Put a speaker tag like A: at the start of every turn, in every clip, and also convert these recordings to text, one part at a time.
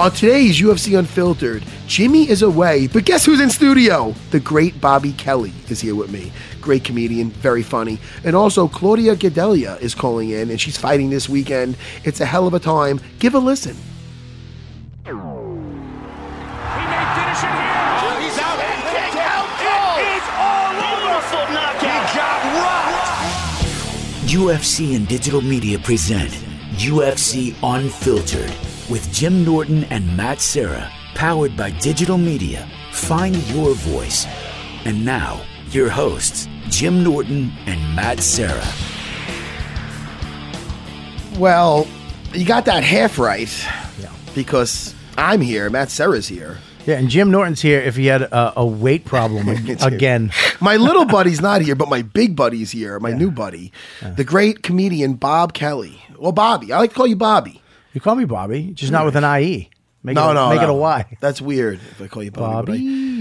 A: On today's UFC Unfiltered, Jimmy is away, but guess who's in studio? The great Bobby Kelly is here with me. Great comedian, very funny. And also, Claudia Gadelia is calling in, and she's fighting this weekend. It's a hell of a time. Give a listen.
B: He may finish it here. he's out. It is all over. knockout. He got rocked.
C: UFC and digital media present UFC Unfiltered with Jim Norton and Matt Serra, powered by digital media. Find your voice. And now, your hosts, Jim Norton and Matt Serra.
A: Well, you got that half right because I'm here. Matt Serra's here.
D: Yeah, and Jim Norton's here if he had a, a weight problem ag- again.
A: My little buddy's not here, but my big buddy's here, my new buddy, the great comedian Bob Kelly. Well, Bobby. I like to call you Bobby.
D: You call me Bobby, just not with an IE. Make it, a- Make it a Y.
A: That's weird if I call you Bobby.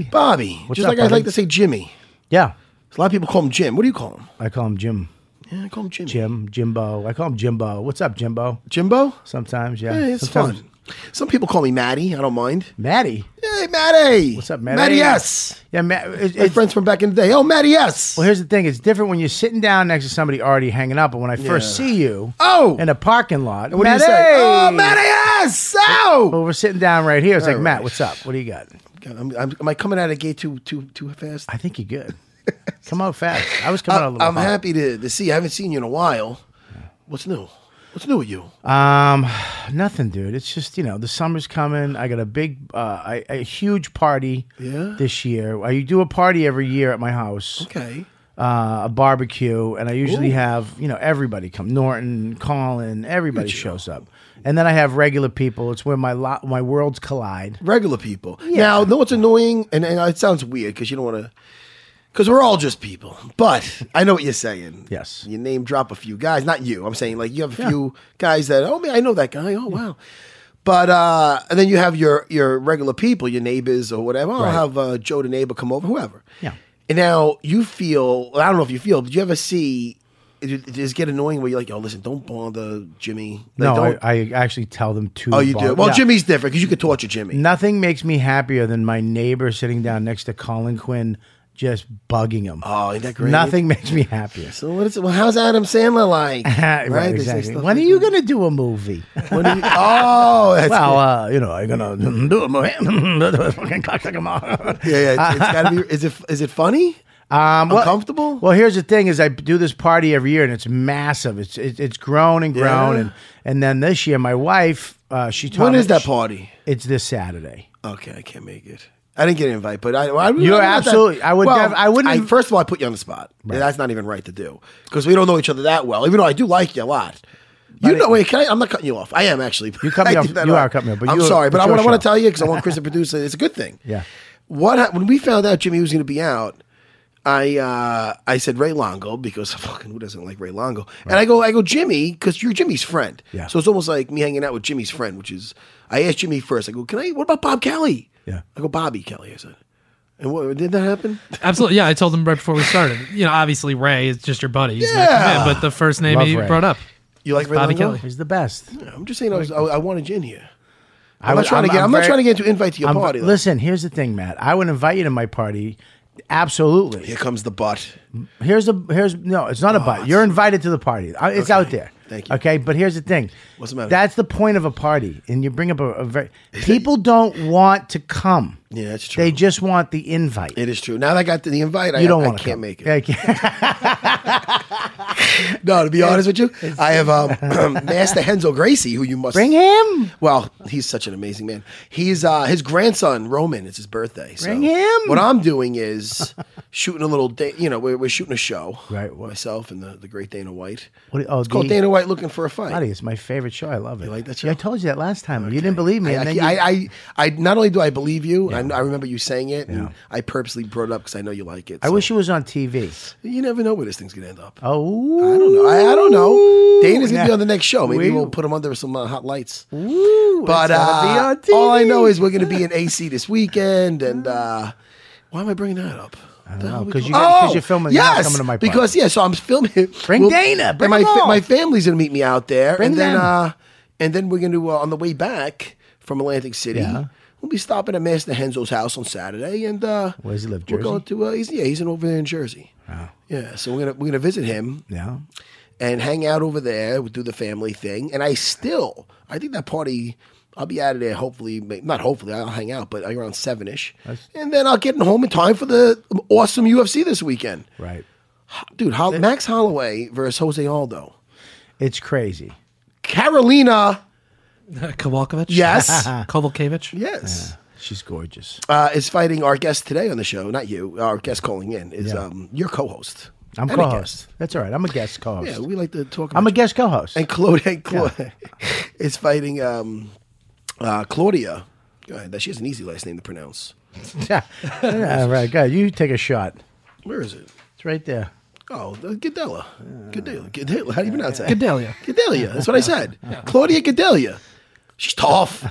D: Bobby.
A: but I- Bobby.
D: What's
A: just
D: up,
A: like I
D: Bobby?
A: like to say Jimmy.
D: Yeah.
A: A lot of people call him Jim. What do you call him?
D: I call him Jim.
A: Yeah, I call him Jimmy.
D: Jim, Jimbo. I call him Jimbo. What's up, Jimbo?
A: Jimbo?
D: Sometimes, yeah.
A: Yeah, it's
D: Sometimes.
A: fun. Some people call me Maddie. I don't mind.
D: Maddie.
A: Hey, Maddie.
D: What's up, Maddie?
A: Maddie S.
D: Yeah, Matt. It,
A: My
D: it's-
A: friends from back in the day. Oh, Maddie S.
D: well, here's the thing. It's different when you're sitting down next to somebody already hanging out, but when I first
A: Yeah.
D: see you
A: Oh!
D: in a parking lot,
A: what do you
D: Matty!
A: say? Oh, Maddie S.
D: Well,
A: Oh!
D: we're sitting down right here. It's like,
A: All
D: Matt,
A: right.
D: what's up? What do you got?
A: God, I'm, I'm, am I coming out of the gate too too too fast?
D: I think you're good. Come out fast. I was coming out a
A: I,
D: little
A: I'm
D: hot.
A: happy to, to see. you. I haven't seen you in a while. What's new? What's new with you?
D: Um, nothing, dude. It's just you know the summer's coming. I got a big, uh, I- a huge party
A: Yeah?
D: this year. I do a party every year at my house,
A: Okay.
D: uh, a barbecue, and I usually
A: Ooh.
D: have you know everybody come. Norton, Colin, everybody
A: Good show.
D: shows up, and then I have regular people. It's where my lo- my worlds collide.
A: regular people. Now, know what's annoying, and, and it sounds weird because you don't want to, because we're all just people. But I know what you're saying.
D: Yes.
A: you name drop a few guys, not you. I'm saying like you have a few guys that oh man, I know that guy. Oh wow. But uh, and then you have your your regular people, your neighbors or whatever. I'll
D: Right.
A: have uh, Joe the neighbor come over, whoever.
D: Yeah.
A: And now you feel I don't know if you feel, but you ever see does it just get annoying where you're like, oh, listen, don't bother Jimmy. Like,
D: no,
A: don't,
D: I, I actually tell them to.
A: oh, you
D: bar-
A: do. Well,
D: Yeah.
A: Jimmy's different because you could torture Jimmy.
D: Nothing makes me happier than my neighbor sitting down next to Colin Quinn, just bugging him.
A: Oh, isn't that great?
D: Nothing makes me happier.
A: So what is it? Well, how's Adam Sandler like?
D: right,
A: They say
D: exactly.
A: stuff
D: When are
A: like
D: you
A: that.
D: going to do a movie?
A: When are you- oh, that's
D: well, uh, you know, I'm going to do a movie. fucking cocksucker tomorrow.
A: yeah, yeah. It's, it's gotta be. Is it is it funny?
D: Um, well,
A: Uncomfortable?
D: Well, here's the thing: is I do this party every year, and it's massive. It's it, it's grown and grown,
A: Yeah.
D: and and then this year, my wife, uh, she taught
A: when
D: me-
A: is that
D: she-
A: party?
D: It's this Saturday.
A: Okay, I can't make it. I didn't get an invite, but I. I I'm
D: You're
A: not that-
D: absolutely- I would def- I wouldn't inv-
A: first of all, I put you on the spot. That's not even right to do because we don't know each other that well. Even though I do like you a lot. You know, wait, can I, I'm not cutting you off. I am actually.
D: You cut me
A: I
D: off-
A: did that
D: you
A: on-
D: are cutting me off, but
A: I'm
D: you-
A: sorry, but
D: it's
A: I
D: your
A: want to
D: show.
A: tell you because I want Chris to produce it. It's a good thing.
D: Yeah.
A: What hap- when we found out Jimmy was going to be out, I uh, I said Ray Longo because fucking who doesn't like Ray Longo? And I go I go Jimmy because you're Jimmy's friend.
D: Yeah.
A: So it's almost like me hanging out with Jimmy's friend, which is I asked Jimmy first. I go, can I? What about Bob Kelly?
D: Yeah.
A: I go Bobby Kelly. I said. And what did that happen?
E: Absolutely. Yeah, I told him right before we started. You know, obviously Ray is just your buddy. He's
A: Yeah.
E: yeah. but the first name
D: Love
E: he
D: Ray.
E: brought up.
A: You like Ray
E: Bobby
A: Longo?
E: Kelly.
D: He's the best.
A: Oh. I'm just saying I, was, I, I wanted you in here.
D: I
A: I'm not
D: would-
A: trying to
D: I'm-
A: get. I'm,
D: I'm
A: not
D: very-
A: trying to get you invite to your
D: I'm-
A: party. though.
D: listen, here's the thing, Matt. I would invite you to my party. Absolutely.
A: Here comes the butt.
D: Here's a here's no, it's
A: Oh,
D: not a bite. You're invited to the party. I- It's out there.
A: Thank you.
D: Okay, but here's the thing.
A: What's the matter?
D: That's the point of a party, and you bring up a, a very people don't want to come.
A: Yeah, that's true.
D: They just want the invite.
A: it is true. Now that I got the invite, I,
D: you don't
A: I
D: want
A: can't make it.
D: I can't.
A: No, to be honest with you, I have um, Master Henzo Gracie, who you must
D: Bring him.
A: Well, he's such an amazing man. He's uh, his grandson Roman. It's his birthday. So
D: Bring him.
A: What I'm doing is shooting a little. Da- you know, we're, we're shooting a show.
D: Right, what-
A: Myself and the, the great Dana White.
D: What, oh,
A: It's called
D: the-
A: Dana White looking for a fight.
D: Buddy, it's my favorite show. I love it. You
A: like that
D: I
A: show?
D: told you that last time. You didn't believe me.
A: I,
D: and
A: I,
D: then you-
A: I, I, I not only do I believe you, I, I remember you saying it, and I purposely brought it up because I know you like it.
D: I
A: so-
D: wish it was on TV.
A: you never know where this thing's gonna end up.
D: Oh,
A: I don't know. I, I don't know. Dana's gonna
D: Nah.
A: be on the next show. Maybe
D: We-
A: we'll put him under some uh, hot lights.
D: Ooh,
A: But
D: it's gonna be
A: uh,
D: on TV.
A: all I know is we're going to be in AC this weekend, and uh, why am I bringing that up? The hell
D: know,
A: we
D: 'cause
A: go-
D: you got- 'cause you're filming, you're not coming to my party.
A: because yeah, so I'm filming.
D: Bring Dana, bring
A: and my
D: them all.
A: my family's going to meet me out there,
D: Bring
A: and then
D: them.
A: uh, and then we're going to uh, on the way back from Atlantic City. We'll be stopping at Master Henzo's house on Saturday, and uh,
D: Where does he live,
A: We're going
D: Jersey? Oh.
A: to uh, he's yeah he's in over there in Jersey. Yeah, so we're gonna we're gonna visit him
D: Yeah.
A: and hang out over there. We'll do the family thing. And I still, I think that party, I'll be out of there hopefully, ma- not hopefully, I'll hang out, but around seven ish. And then I'll get home in time for the awesome UFC this weekend.
D: Right.
A: Dude, Hol- Max Holloway versus Jose Aldo.
D: It's crazy.
A: Carolina,
E: Kowalkiewicz?
A: yes.
E: Kovalkiewicz?
A: yes.
D: She's gorgeous.
A: Uh, is fighting our guest today on the show, not you, our guest calling in, is
D: Yeah.
A: um, your co host.
D: I'm co-host. That's all right. I'm a guest co-host.
A: Yeah, we like to talk about
D: I'm a guest co-host.
A: And Claude, and Claude is fighting um, uh, Claudia. Go ahead. That she has an easy last name to pronounce.
D: yeah. All right, go. You take a shot.
A: Where is it?
D: It's right there.
A: Oh, the Gadella. Gadella. Gadella. How do you pronounce that?
E: Gedalia.
A: Gadelia. That's what I said. Claudia Gadelia. She's tough.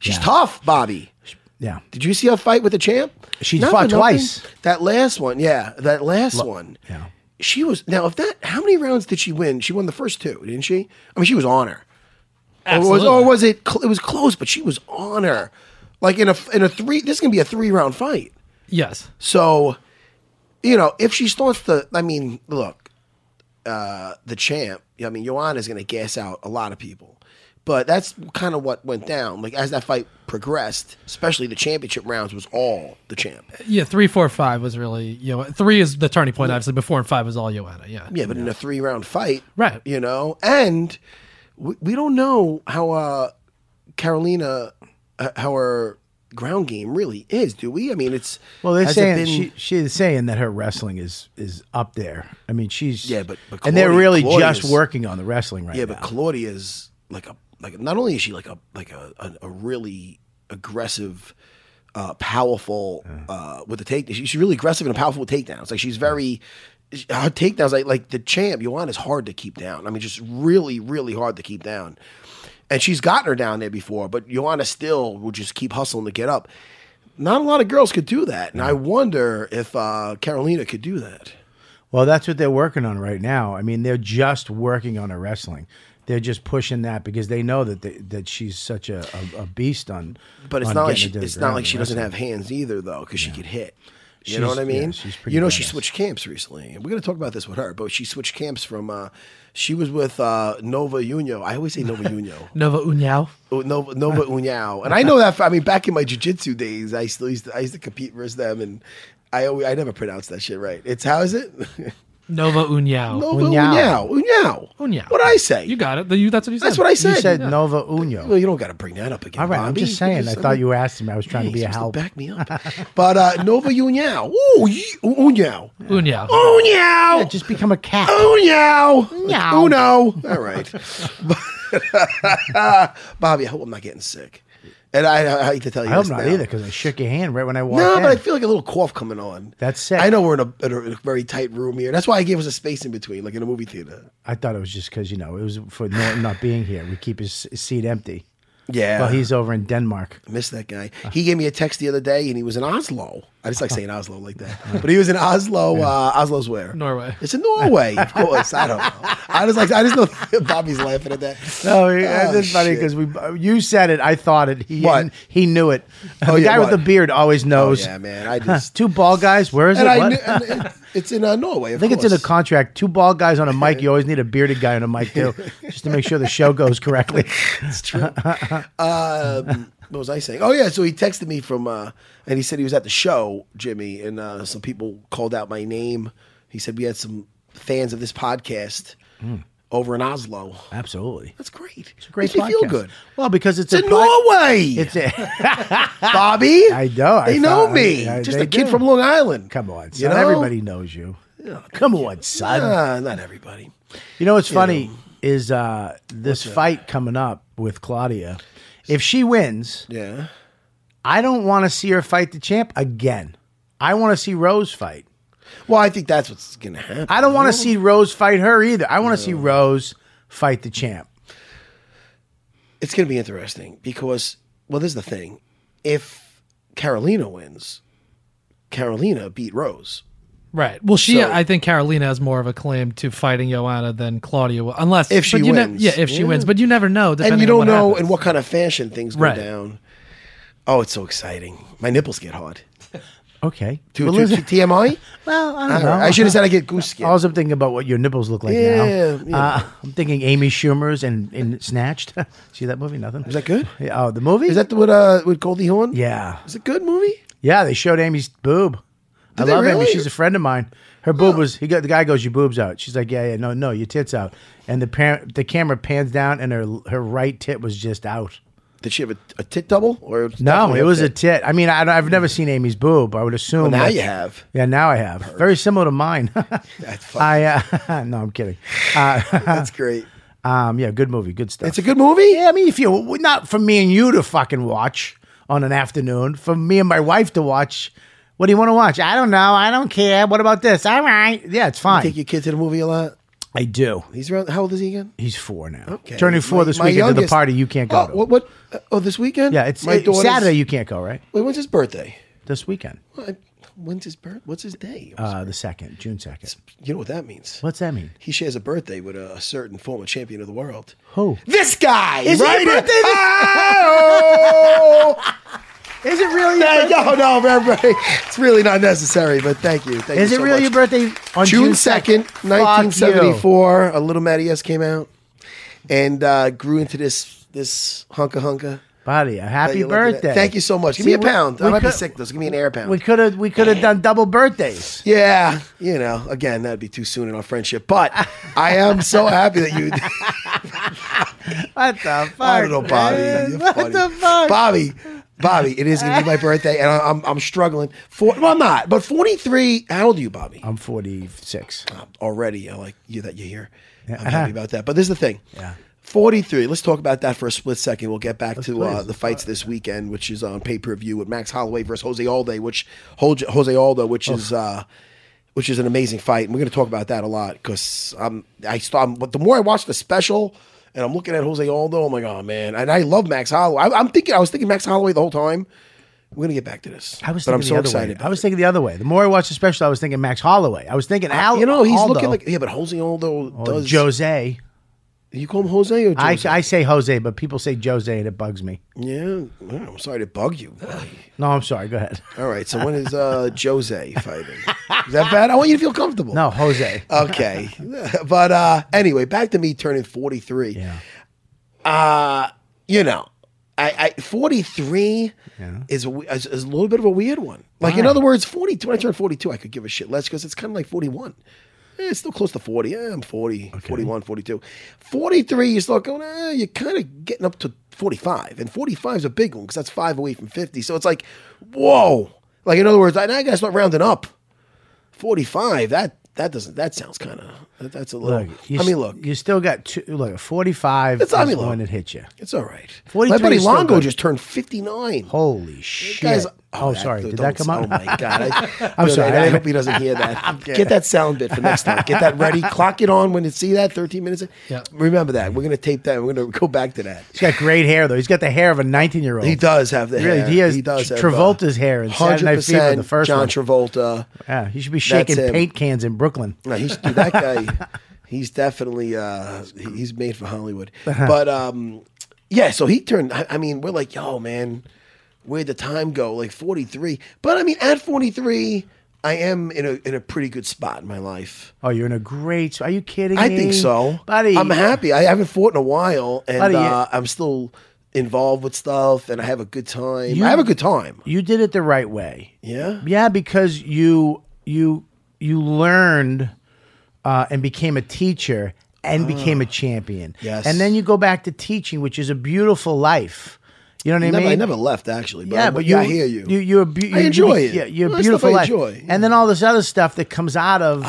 A: She's tough, Bobby.
D: Yeah.
A: Did you see her fight with the champ?
D: She
A: Not
D: fought
A: for nothing,
D: twice.
A: That last one, yeah. That last one.
D: yeah.
A: She was now. If that, how many rounds did she win? She won the first two, didn't she? I mean, she was on her.
E: Absolutely.
A: Or was, or was it? Cl- it was close, but she was on her. Like in a in a three. This is gonna be a three round fight.
E: Yes.
A: So, you know, if she starts to, I mean, look, uh, the champ. I mean, Joanna's gonna gas out a lot of people. But that's kind of what went down. Like as that fight progressed, especially the championship rounds, was all the champ.
E: Yeah, three, four, five was really, you know, three is the turning point, obviously. Before and five was all Joanna. Yeah.
A: Yeah, but in a three round fight,
E: Right.
A: You know, and we, we don't know how uh, Carolina, uh, how her ground game really is, do we? I mean, it's
D: Well, they're
A: has it
D: saying
A: been-
D: she she's saying that her wrestling is is up there. I mean, she's
A: Yeah, but- but
D: and they're
A: Claudia-
D: really
A: Claudia's-
D: just working on the wrestling right
A: yeah,
D: now.
A: but Claudia's like a like not only is she like a like a a, a really aggressive. Uh, powerful uh, with the take. she- She's really aggressive and powerful with takedowns. Like she's very her takedowns. Like like the champ Joanna's hard to keep down. I mean, just really really hard to keep down. and she's gotten her down there before, but Joanna still will just keep hustling to get up. Not a lot of girls could do that, and I wonder if uh, Carolina could do that.
D: Well, that's what they're working on right now. I mean, they're just working on her wrestling. They're just pushing that because they know that they, that she's such a, a, a beast on.
A: But it's
D: on
A: not like
D: getting
A: she,
D: her to the
A: it's not
D: ground
A: like she
D: and
A: doesn't
D: wrestling.
A: have hands either, though, because she could hit. You
D: She's-
A: know what I
D: yeah,
A: mean?
D: she's pretty
A: you know she
D: badass.
A: switched camps recently, and we're gonna talk about this with her. But she switched camps from uh, she was with uh, Nova Unio. I always say Nova Unio.
E: Nova Unyao.
A: Oh, Nova, Nova Unyao. And I know that. For, I mean, back in my jiu-jitsu days, I still used to, I used to compete versus them, and I always, I never pronounced that shit right. It's how is it?
E: Nova Unyao.
A: Nova
D: Unyao.
A: Unyao. Unyao.
E: Unyao.
A: What I say?
E: You got it. The- you- that's what you said.
A: That's what I
D: You
A: said.
D: said
A: Yeah.
D: Nova Uno.
A: Well, you don't got to bring that up again.
D: All right, I'm
A: Bobby.
D: just saying. I
A: Just-
D: thought you asked me. I was trying
A: Hey,
D: to be a
A: you're supposed to
D: help.
A: back me up. but uh, Nova Unyao. Ooh, ye- Unyao.
E: Unyao.
A: Oh. Unyao.
D: Yeah, just become a cat.
A: Uno. Like, Uno. All right. Bobby, I hope I'm not getting sick. And I, I hate to tell you
D: I hope
A: this
D: not
A: now.
D: either because I shook your hand right when I walked
A: No,
D: in.
A: but I feel like a little cough coming on.
D: That's sick.
A: I know we're in a, in a- in a very tight room here. That's why I gave us a space in between, like in a movie theater.
D: I thought it was just because you know it was for Norton not being here. We keep his s- seat empty.
A: Yeah.
D: Well, he's over in Denmark.
A: I miss that guy.
D: Uh-huh.
A: He gave me a text the other day, and he was in Oslo. I just like saying Oslo like that, but he was in Oslo. Uh, Oslo's where?
E: Norway.
A: It's in Norway, of course. I don't know. I just like I just know Bobby's laughing at that.
D: No, oh, that's funny
A: shit.
D: because we uh, you said it. I thought it. He
A: What?
D: he knew it.
A: Oh,
D: the
A: yeah,
D: guy
A: what?
D: with the beard always knows.
A: Oh, yeah, man. I just
D: Two bald guys. Where is
A: and
D: it?
A: I
D: What?
A: knew, and it, it's in uh, Norway.
D: I think it's in the contract. Two bald guys on a mic. You always need a bearded guy on a mic too, just to make sure the show goes correctly.
A: it's true. Um, what was I saying? Oh yeah, so he texted me from, uh, and he said he was at the show, Jimmy, and uh, some people called out my name. He said we had some fans of this podcast
D: Hmm.
A: over in Oslo.
D: Absolutely.
A: That's great. It's a
D: Great
A: Makes me feel
D: podcast.
A: good.
D: Well, because it's,
A: It's
D: a
A: in
D: pod-
A: Norway.
D: It's a,
A: Bobby.
D: I know, I
A: They know
D: thought-
A: me.
D: I- I-
A: Just
D: they
A: a kid
D: do.
A: from Long Island.
D: come on, son.
A: You know?
D: Everybody knows you. Come on, son.
A: Nah, not everybody.
D: You know what's funny is uh, this fight coming up with Claudia. If she wins,
A: Yeah.
D: I don't want to see her fight the champ again. I want to see Rose fight.
A: Well, I think that's what's gonna happen.
D: I don't want to see Rose fight her either. I want to see Rose fight the champ.
A: it's going to be interesting because, well, this is the thing. If Carolina wins, Carolina beat Rose.
E: Right. Well, she.
A: So-
E: I think Carolina has more of a claim to fighting Joanna than Claudia, will, unless
A: If she
E: but you ne-
A: wins.
E: yeah, if she
A: Yeah.
E: wins, but you never know.
A: and you
E: depending on
A: don't
E: what
A: know
E: happens.
A: in what kind of fashion things go
E: Right.
A: down. Oh, it's so exciting. My nipples get hard.
D: Okay.
A: To,
D: well,
A: to-
D: listen-
A: to TMI?
D: well, I
A: I,
D: don't know.
A: should have said I get goose skin.
D: I was thinking about what your nipples look like
A: Yeah,
D: now.
A: yeah.
D: Uh, I'm thinking Amy Schumer's and in, Snatched. See that movie? Nothing.
A: Is that good?
D: Yeah, oh, the movie?
A: Is that the- with, uh, with Goldie Hawn?
D: Yeah.
A: Is it a good movie?
D: Yeah, they showed Amy's boob. I
A: they
D: love
A: really?
D: Amy. She's a friend of mine. Her boob was. He got the guy goes, "Your boobs out." She's like, "Yeah, yeah, no, no, your tits out." And the parent, the camera pans down, and her her right tit was just out.
A: Did she have a, a tit double? or was
D: No,
A: definitely
D: it was a
A: tit?
D: tit. I mean, I, don't- I've never seen Amy's boob. I would assume.
A: Well, now
D: that-
A: you have.
D: Yeah, now I have. Very similar to mine.
A: fucking-
D: I uh, no, I'm kidding. Uh,
A: That's great.
D: um, yeah, good movie, good stuff.
A: It's a good movie?
D: Yeah, I mean, if you not for me and you to fucking watch on an afternoon, for me and my wife to watch. What do you want to watch? I don't know. I don't care. What about this? All right. Yeah, it's fine.
A: Take your kid to the movie a lot.
D: I do.
A: He's around. How old is he again?
D: He's four now.
A: Okay.
D: Turning four
A: My-
D: this
A: my
D: weekend to the
A: youngest-
D: party. You can't go.
A: Oh,
D: to.
A: what? what uh, oh, this weekend?
D: Yeah, it's,
A: my
D: it's
A: daughter's-
D: Saturday. You can't go, right?
A: Wait, when's his birthday?
D: This weekend,
A: What? When's his birth? What's his day?
D: uh, the second, June second.
A: you know what that means?
D: What's that mean?
A: He shares a birthday with a certain former champion of the world.
D: Who?
A: This guy,
D: Is it your
A: right?
D: birthday this-
A: Oh!
D: Is it really? Your
A: Thank-
D: birthday?
A: no, no, everybody. It's really not necessary, but thank you. Thank
D: Is
A: you
D: it
A: so
D: really your
A: much.
D: birthday on
A: June
D: June
A: second, nineteen seventy-four. A little Matty S came out and uh, grew into this this hunka hunka.
D: Buddy, a
A: that
D: happy
A: you're looking at.
D: birthday!
A: Thank you so much. Give
D: See,
A: me a
D: we-
A: pound.
D: we
A: I might be
D: could-
A: sick though. So give me an air pound.
D: We could have we could have done double birthdays.
A: Yeah, you know, again, that'd be too soon in our friendship. But I am so happy that you.
D: What the fuck?
A: I don't know, Bobby.
D: man?
A: You're
D: What
A: funny.
D: the fuck?
A: Bobby, Bobby, it is gonna be my birthday, and I- I'm I'm struggling. For well, I'm not, but 43. How old are you, Bobby?
D: I'm 46.
A: Already, I like you that you're here. I'm happy about that. But this is the thing.
D: Uh-huh. Yeah.
A: 43. Let's talk about that for a split second. We'll get back to uh,
D: please.
A: the fights this weekend, which is on pay per view with Max Holloway versus Jose Aldo, which Jose Jose Aldo, which is uh, which is an amazing fight. And we're going to talk about that a lot because I'm I saw. I'm, but the more I watch the special, and I'm looking at Jose Aldo, I'm like, oh man, and I love Max Holloway. I, I'm thinking, I was thinking Max Holloway the whole time. We're going to get back to this.
D: I was
A: but
D: thinking
A: I'm
D: the
A: so
D: other
A: excited.
D: way.
A: about
D: I was
A: it.
D: thinking the other way. The more I watched the special, I was thinking Max Holloway. I was thinking Al.
A: Uh, you know, he's
D: Aldo
A: looking like yeah, but Jose Aldo
D: or
A: does.
D: Jose.
A: You call him Jose or
D: I,
A: Jose?
D: I say Jose, but people say Jose, and it bugs me.
A: yeah, well, I'm sorry to bug you. buddy.
D: No, I'm sorry. Go ahead.
A: All right. So when is uh, Jose fighting? Is that bad? I want you to feel comfortable.
D: No, Jose.
A: Uh, Okay. but uh, anyway, back to me turning 43.
D: Yeah.
A: You know, I, I 43 is, a, we- is, is a little bit of a weird one. Like, in other words, 42, when I turn 42, I could give a shit less because it's kind of like 41. Eh, it's still close to 40. Eh, I'm 40, 41, 42. 43, you start going, eh, you're kind of getting up to 45. And 45 is a big one because that's five away from 50. So it's like, whoa. Like, in other words, I, I got to start rounding up. 45, that that doesn't, that sounds kind of, that, that's a little,
D: Look, you
A: I mean,
D: s-
A: look,
D: you still got two. Look, 45
A: It's-
D: is
A: I mean, look.
D: when it hit you.
A: it's all right.
D: 43
A: My buddy
D: is still
A: Longo
D: good.
A: just turned 59.
D: Holy shit!
A: Guys,
D: oh,
A: that-
D: sorry.
A: dude,
D: Did that
A: don't-
D: come out?
A: Oh my god! I,
D: I'm
A: dude,
D: sorry.
A: I, hope he doesn't hear that. Get that sound bit for next time. Get that ready. Clock it on when you see that. 13 minutes.
E: Yeah.
A: Remember that. We're gonna tape that. We're gonna go back to that.
D: He's got great hair though. He's got the hair of a 19 year old.
A: He does have the
D: Really,
A: hair.
D: he has
A: does
D: Tr-
A: have, uh,
D: Travolta's hair in Saturday Night Fever, the
A: 100%
D: first
A: John
D: one.
A: Travolta.
D: Yeah, he should be shaking
A: him.
D: paint cans in Brooklyn.
A: No, he's dude, that guy. He's definitely uh, he- he's made for Hollywood.
D: Uh-huh.
A: But um, yeah, so he turned. I, I mean, we're like, yo, man, where'd the time go? Like forty three. But I mean, at forty three, I am in a in a pretty good spot in my life.
D: Oh, you're in a great. Are you kidding
A: I
D: me?
A: think so,
D: Mm-hmm. buddy.
A: I'm happy. I haven't fought in a while, and
D: Buddy, you-
A: uh, I'm still involved with stuff and I have a good time. I have a good time.
D: You did it the right way.
A: Yeah.
D: Yeah, because you you you learned uh, and became a teacher and became a champion.
A: Ah. Yes.
D: and then you go back to teaching, which is a beautiful life. You know what
A: Never,
D: I mean?
A: I never left actually. But
D: yeah,
A: I,
D: but
A: yeah,
D: you,
A: I hear you.
D: You, you're, beau- you,
A: I enjoy
D: you,
A: it.
D: Yeah, you're
A: Well,
D: a
A: that's
D: beautiful
A: stuff I
D: life.
A: enjoy, yeah. Ah.
D: And then all this other stuff that comes out of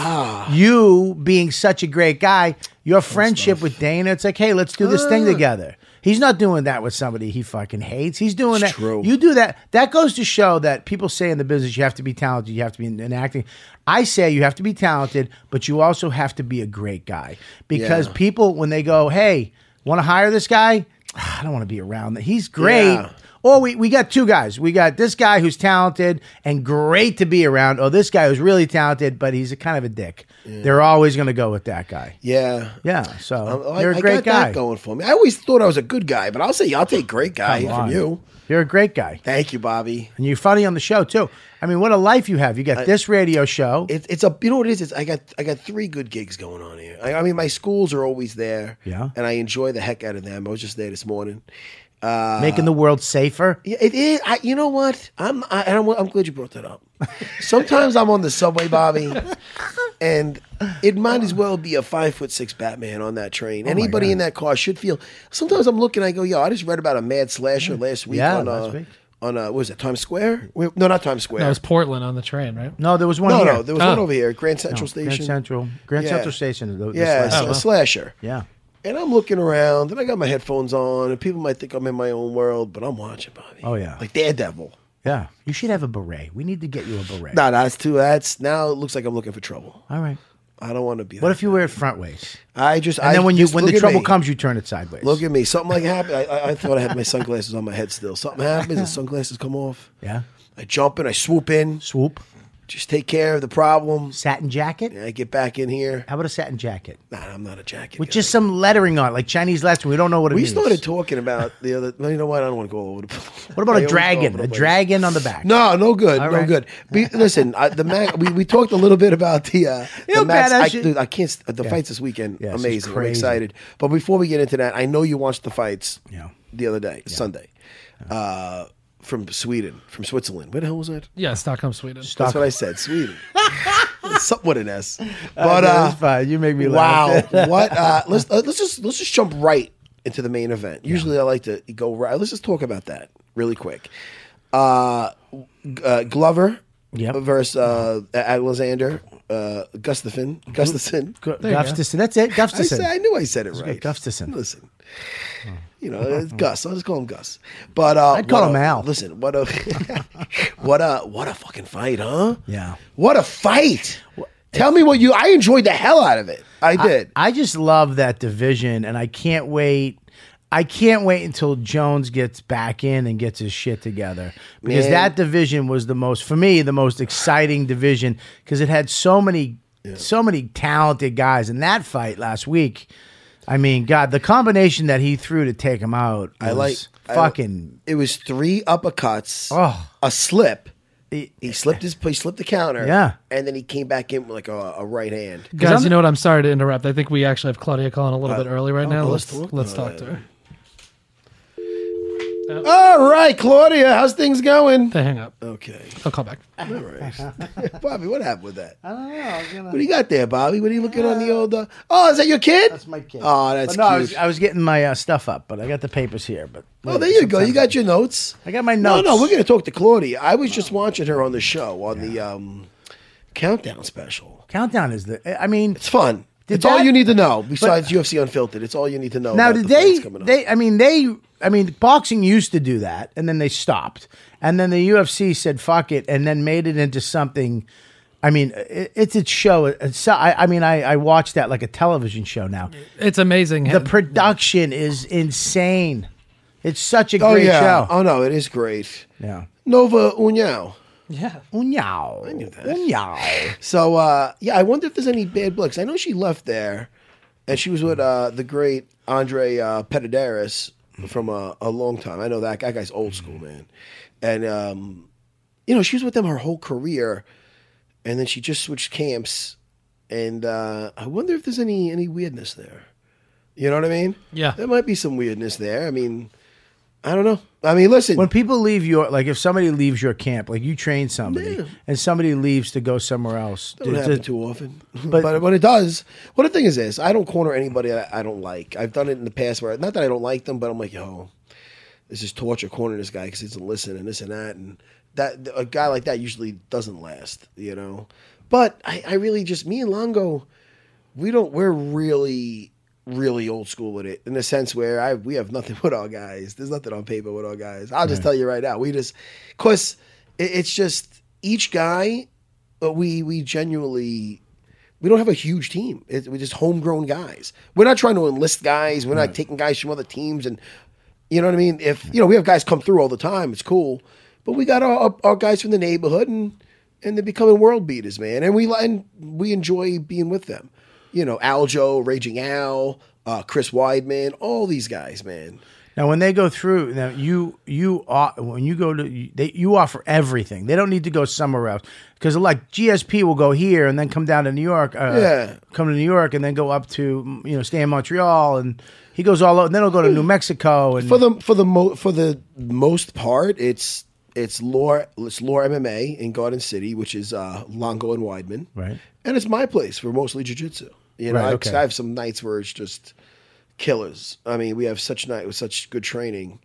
D: you being such a great guy, your friendship with Dana. It's like, hey, let's do this
A: Ah.
D: thing together. He's not doing that with somebody he fucking hates. He's doing that.
A: true.
D: You do that. That goes to show that people say in the business you have to be talented, you have to be in, in acting. I say you have to be talented, but you also have to be a great guy because
A: Yeah.
D: people when they go, hey, want to hire this guy? I don't want to be around that. He's great.
A: Yeah.
D: Or we, we got two guys. We got this guy who's talented and great to be around, or this guy who's really talented, but he's a kind of a dick. They're always going to go with that guy.
A: yeah.
D: Yeah. So
A: Oh, I,
D: you're a
A: I
D: great
A: got that
D: guy.
A: going for me. I always thought I was a good guy, but I'll say I'll take great guy
D: Come
A: from
D: on.
A: you.
D: You're a great guy.
A: Thank you, Bobby.
D: And you're funny on the show, too. I mean, what a life you have. You got this radio show.
A: It, it's a you know what it is. It's, I got I got three good gigs going on here. I, I mean, my schools are always there.
D: Yeah.
A: and I enjoy the heck out of them. I was just there this morning. uh,
D: making the world safer.
A: Yeah, it is. I, you know what? I'm. I, and I'm, I'm glad you brought that up. Sometimes I'm on the subway, Bobby, and it might as well be a five foot six Batman on that
D: Oh
A: train. Anybody in that car should feel. Sometimes I'm looking. I go, yo, I just read about a mad slasher last week.
D: Yeah,
A: on, uh,
D: last week.
A: on uh, what was it Times Square? Wait, no, not Times Square.
E: That was Portland on the train, right?
D: No, there was one
A: no,
D: here.
A: no, there was
E: Oh.
A: one over here, Grand Central Station.
D: Grand Central. Grand
A: Yeah.
D: Central Station. th- this
A: Yeah,
D: last-
A: it's a slasher.
D: Yeah.
A: And I'm looking around, and I got my headphones on, and people might think I'm in my own world, but I'm watching, Bobby.
D: Oh, yeah.
A: like Daredevil.
D: Yeah. You should have a beret. We need to get you a beret.
A: No, that's too. That's now it looks like I'm looking for trouble.
D: All right.
A: I don't want to be.
D: What
A: that
D: if you wear it front ways?
A: guy. I just.
D: And
A: I
D: then when you
A: just
D: when the
A: look at
D: trouble
A: me.
D: comes, you turn it sideways.
A: look at me. Something like happened. I, I, I thought I had my sunglasses on my head still. Something happens, the sunglasses come off.
D: yeah,
A: I jump in, I swoop in,
D: swoop,
A: just take care of the problem.
D: satin jacket.
A: And I get back in here.
D: How about a satin jacket
A: Nah, I'm not a jacket.
D: with
A: guy.
D: just some lettering on, it, like Chinese lettering? We don't know what it
A: we
D: means.
A: started talking about the other. well, You know what? I don't want to go all over the place.
D: what about
A: I
D: a
A: always go
D: dragon?
A: over the
D: A
A: place.
D: dragon on the back.
A: No, no good,
D: All
A: no
D: right.
A: good. Be, listen, I, the Mac, we, we talked a little bit about the uh,
D: You know,
A: the Max.
D: badass
A: I,
D: shit.
A: dude, I can't. st- The fights this weekend,
D: Yeah, this is
A: amazing. I'm
D: crazy.
A: excited. But before we get into that, I know you watched the fights.
D: Yeah.
A: The other day, Sunday, uh, from Sweden, from Switzerland. Where the hell was that?
E: Yeah, Stockholm, Sweden.
A: That's what I said. Sweden. Somewhat an S,
D: but
A: but uh,
D: fine. You make me
A: Wow,
D: laugh.
A: what? Uh, let's uh, let's just let's just jump right into the main event. Usually, I like to go right. Let's just talk about that really quick. Uh, G- uh, Glover
D: Yep.
A: versus uh, Alexander uh, Gustafson. Gustafson.
D: Gustafson. That's
A: I, said,
D: it.
A: I
D: Gustafson.
A: knew I said it right.
D: good, Gustafson. Oh.
A: Listen, you know it's Gus. I'll just call him Gus. But uh,
D: I'd call
A: what
D: him
A: a-
D: Al.
A: Listen, what a what a what a fucking fight, huh?
D: Yeah.
A: What a fight. Tell me what you. I enjoyed the hell out of it. I did.
D: I just love that division, and I can't wait. I can't wait until Jones gets back in and gets his shit together because
A: Man.
D: that division was the most, for me, the most exciting division because it had so many, so many talented guys in that fight last week. I mean, God, the combination that he threw to take him out,
A: I like
D: was
A: I-
D: fucking.
A: it was three uppercuts,
D: Oh.
A: a slip.
D: He-
A: He slipped his he slipped the counter.
D: Yeah.
A: and then he came back in with like a, a right hand.
E: Guys,
D: I'm-
E: you know what? I'm sorry to interrupt. I think we actually have Claudia calling a little
A: Uh,
E: bit early right now.
A: let's
E: Let's
A: talk
E: let's,
A: to
E: talk to her.
A: All right, Claudia, how's things going?
E: They hang up.
A: Okay,
E: I'll call back.
A: all right. Bobby, what happened with that? I don't know. What do you got there, Bobby? What are you looking on the old? Uh, oh, is that your kid? That's Oh, that's
D: But no, I
A: cute.
D: was, I was getting my uh, stuff up, but I got the papers here. But
A: Oh, there you go. You got your notes.
D: I got my
A: No,
D: notes. Oh.
A: no, we're gonna talk to Claudia. I was just watching her on the show on the um, countdown special.
D: countdown is the. I mean,
A: It's fun.
D: Did
A: it's all
D: that-
A: you need to know. Besides UFC Unfiltered, it's all you need to know.
D: Now
A: about
D: did
A: the
D: they?
A: fights coming up.
D: They, I mean, they, I mean, boxing used to do that, and then they stopped, and then the UFC said fuck it, and then made it into something. I mean, it, it's its show. It's, I, I mean, I, I watch that like a television show now.
E: It's amazing.
D: The production is insane. It's such a
A: Oh
D: great
A: yeah.
D: show.
A: Oh no, it is great.
D: yeah.
A: Nova Unyao.
E: yeah.
D: Unyao. I knew
A: that.
D: Unyao.
A: So uh, yeah, I wonder if there's any bad blood. 'cause I know she left there, and she was with uh, the great Andre uh, Petadaris from uh, a long time. I know that guy, guy's old school man, and um, you know she was with them her whole career, and then she just switched camps, and uh, I wonder if there's any any weirdness there. You know what I mean?
E: Yeah.
A: there might be some weirdness there. I mean, I don't know. I mean, listen.
D: When people leave your like, if somebody leaves your camp, like you train somebody, and somebody leaves to go somewhere else,
A: Don't
D: it's
A: happen
D: a-
A: too often, but,
D: but-
A: when it does, well, the thing is this: I don't corner anybody I, I don't like. I've done it in the past where not that I don't like them, but I'm like, yo, this is torture cornering this guy because he doesn't listen and this and that, and that a guy like that usually doesn't last, you know. But I, I really just me and Longo, we don't. We're really, really old school with it in the sense where I we have nothing with our guys. There's nothing on paper with our guys. I'll just tell you right now. We just, cause it, it's just each guy but we we genuinely we don't have a huge team. It, we're just homegrown guys. We're not trying to enlist guys. We're not taking guys from other teams, and you know what I mean. If you know, we have guys come through all the time. It's cool, but we got our our guys from the neighborhood, and and they're becoming world beaters, man. And we li- and we enjoy being with them. You know, Aljo, Raging Al, uh, Chris Weidman, all these guys, man.
D: Now, when they go through, now you you are when you go to you- they, you offer everything. They don't need to go somewhere else because like GSP will go here and then come down to New York. Uh,
A: Yeah.
D: come to New York and then go up to mm, you know stay in Montreal and he goes all over. And then he'll go to New Mexico and
A: for the for the mo- for the most part, it's it's lore it's lore MMA in Garden City, which is uh, Longo and Weidman,
D: Right.
A: And it's my place for mostly jujitsu. You know,
D: Right,
A: I-
D: okay.
A: I have some nights where it's just killers. I mean, we have such night with such good training.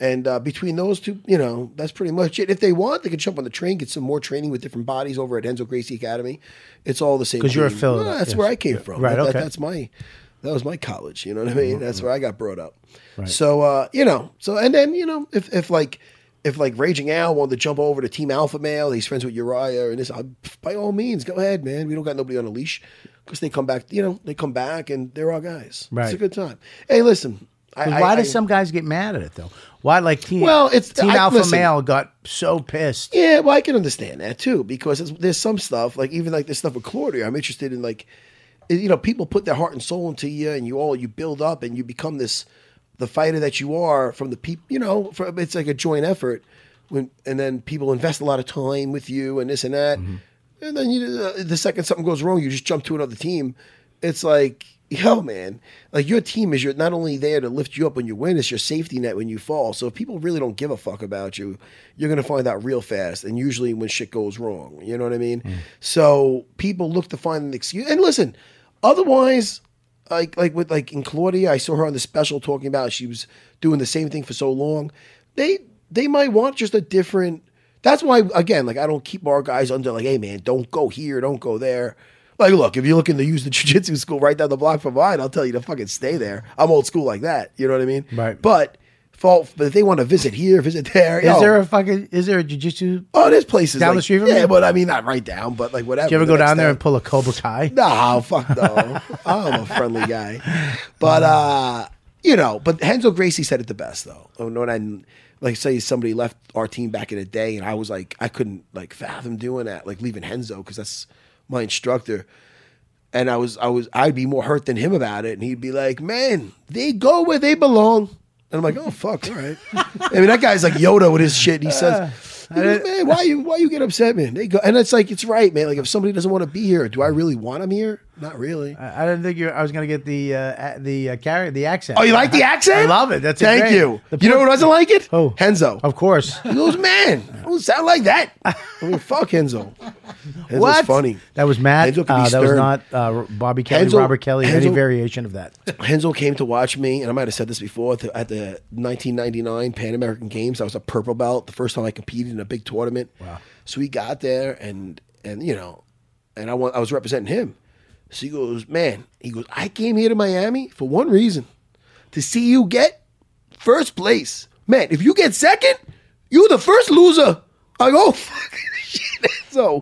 A: And uh, between those two, you know, that's pretty much it. If they want, they can jump on the train, get some more training with different bodies over at Enzo Gracie Academy. It's all the same.
D: 'Cause you're
A: team.
D: affiliated,
A: No, that's
D: yes.
A: where I came from.
D: Right,
A: That- that-
D: okay.
A: that's my that was my college. You know what I mean? That's where I got brought up. So uh, you know, so and then you know, if if like if like Raging Al wanted to jump over to Team Alpha Male, he's friends with Uriah and this. I, by all means, go ahead, man. We don't got nobody on a leash because they come back. You know, they come back and they're our guys. It's a
D: Right.
A: good time. Hey, listen. I,
D: But
A: I-
D: why
A: I-
D: do some guys get mad at it though? Why like team?
A: Well, it's-
D: team
A: I-
D: Alpha
A: listen.
D: Male got so pissed.
A: Yeah, well, I can understand that too because it's, there's some stuff like even like this stuff with Claudia. I'm interested in like, i- you know, people put their heart and soul into you, and you all you build up, and you become this the fighter that you are from the people. You know, from, it's like a joint effort. When and then people invest a lot of time with you and this and that, and then you uh, the second something goes wrong, you just jump to another team. It's like. Yo, man! Like your team is your not only there to lift you up when you win, it's your safety net when you fall. So if people really don't give a fuck about you, you're gonna find out real fast. And usually when shit goes wrong, you know what I mean. So people look to find an excuse. And listen, otherwise, like like with like in Claudia, I saw her on the special talking about she was doing the same thing for so long. They they might want just a different. That's why again, like I don't keep our guys under like, hey man, don't go here, don't go there. Like, look, if you're looking to use the jujitsu school right down the block from mine, I'll tell you to fucking stay there. I'm old school like that. You know what I mean?
D: Right.
A: But fault, but if they want to visit here, visit there.
D: Is there a fucking is there a jujitsu?
A: oh, there's places
D: down
A: like-
D: the street from
A: Yeah,
D: you?
A: but I mean, not right down, but like whatever.
D: Do you ever
A: the
D: go
A: next
D: down there
A: town.
D: and pull a Cobra Kai?
A: No, fuck no. I'm a friendly guy. But uh, you know, but Henzo Gracie said it the best though. When I like say somebody left our team back in the day and I was like I couldn't like fathom doing that, like leaving Henzo cuz that's my instructor. And I was I was I'd be more hurt than him about it and he'd be like, "Man, they go where they belong." And I'm like, "Oh fuck, all right." I mean, that guy's like Yoda with his
D: Uh,
A: shit. And he says, he goes, "Man, why you why you get upset, man?" They go, and it's like it's right, man. Like if somebody doesn't want to be here, do I really want them here? Not really.
D: I I didn't think you. I was gonna get the uh, a- the uh, carry the accent.
A: Oh, you like the accent?
D: I love it. That's
A: thank
D: great.
A: you.
D: The
A: you know who
D: point-
A: doesn't like it?
D: Who?
A: Henzo.
D: Of course.
A: He goes, man, I don't sound like that. I mean, fuck Henzo. Henzo's funny.
D: That was Matt.
A: Henzo can be
D: Uh, that was
A: stern.
D: not uh, Bobby Kelly,
A: Henzo-
D: Robert Kelly, any
A: Henzo-
D: variation of that.
A: Henzo came to watch me, and I might have said this before at the, at the 1999 Pan American Games. I was a purple belt, the first time I competed in a big tournament. Wow! So he got there, and and you know, and I want I was representing him. So he goes, man, he goes, I came here to Miami for one reason, to see you get first place. Man, if you get second, you the first loser. I go, fuck. shit. so,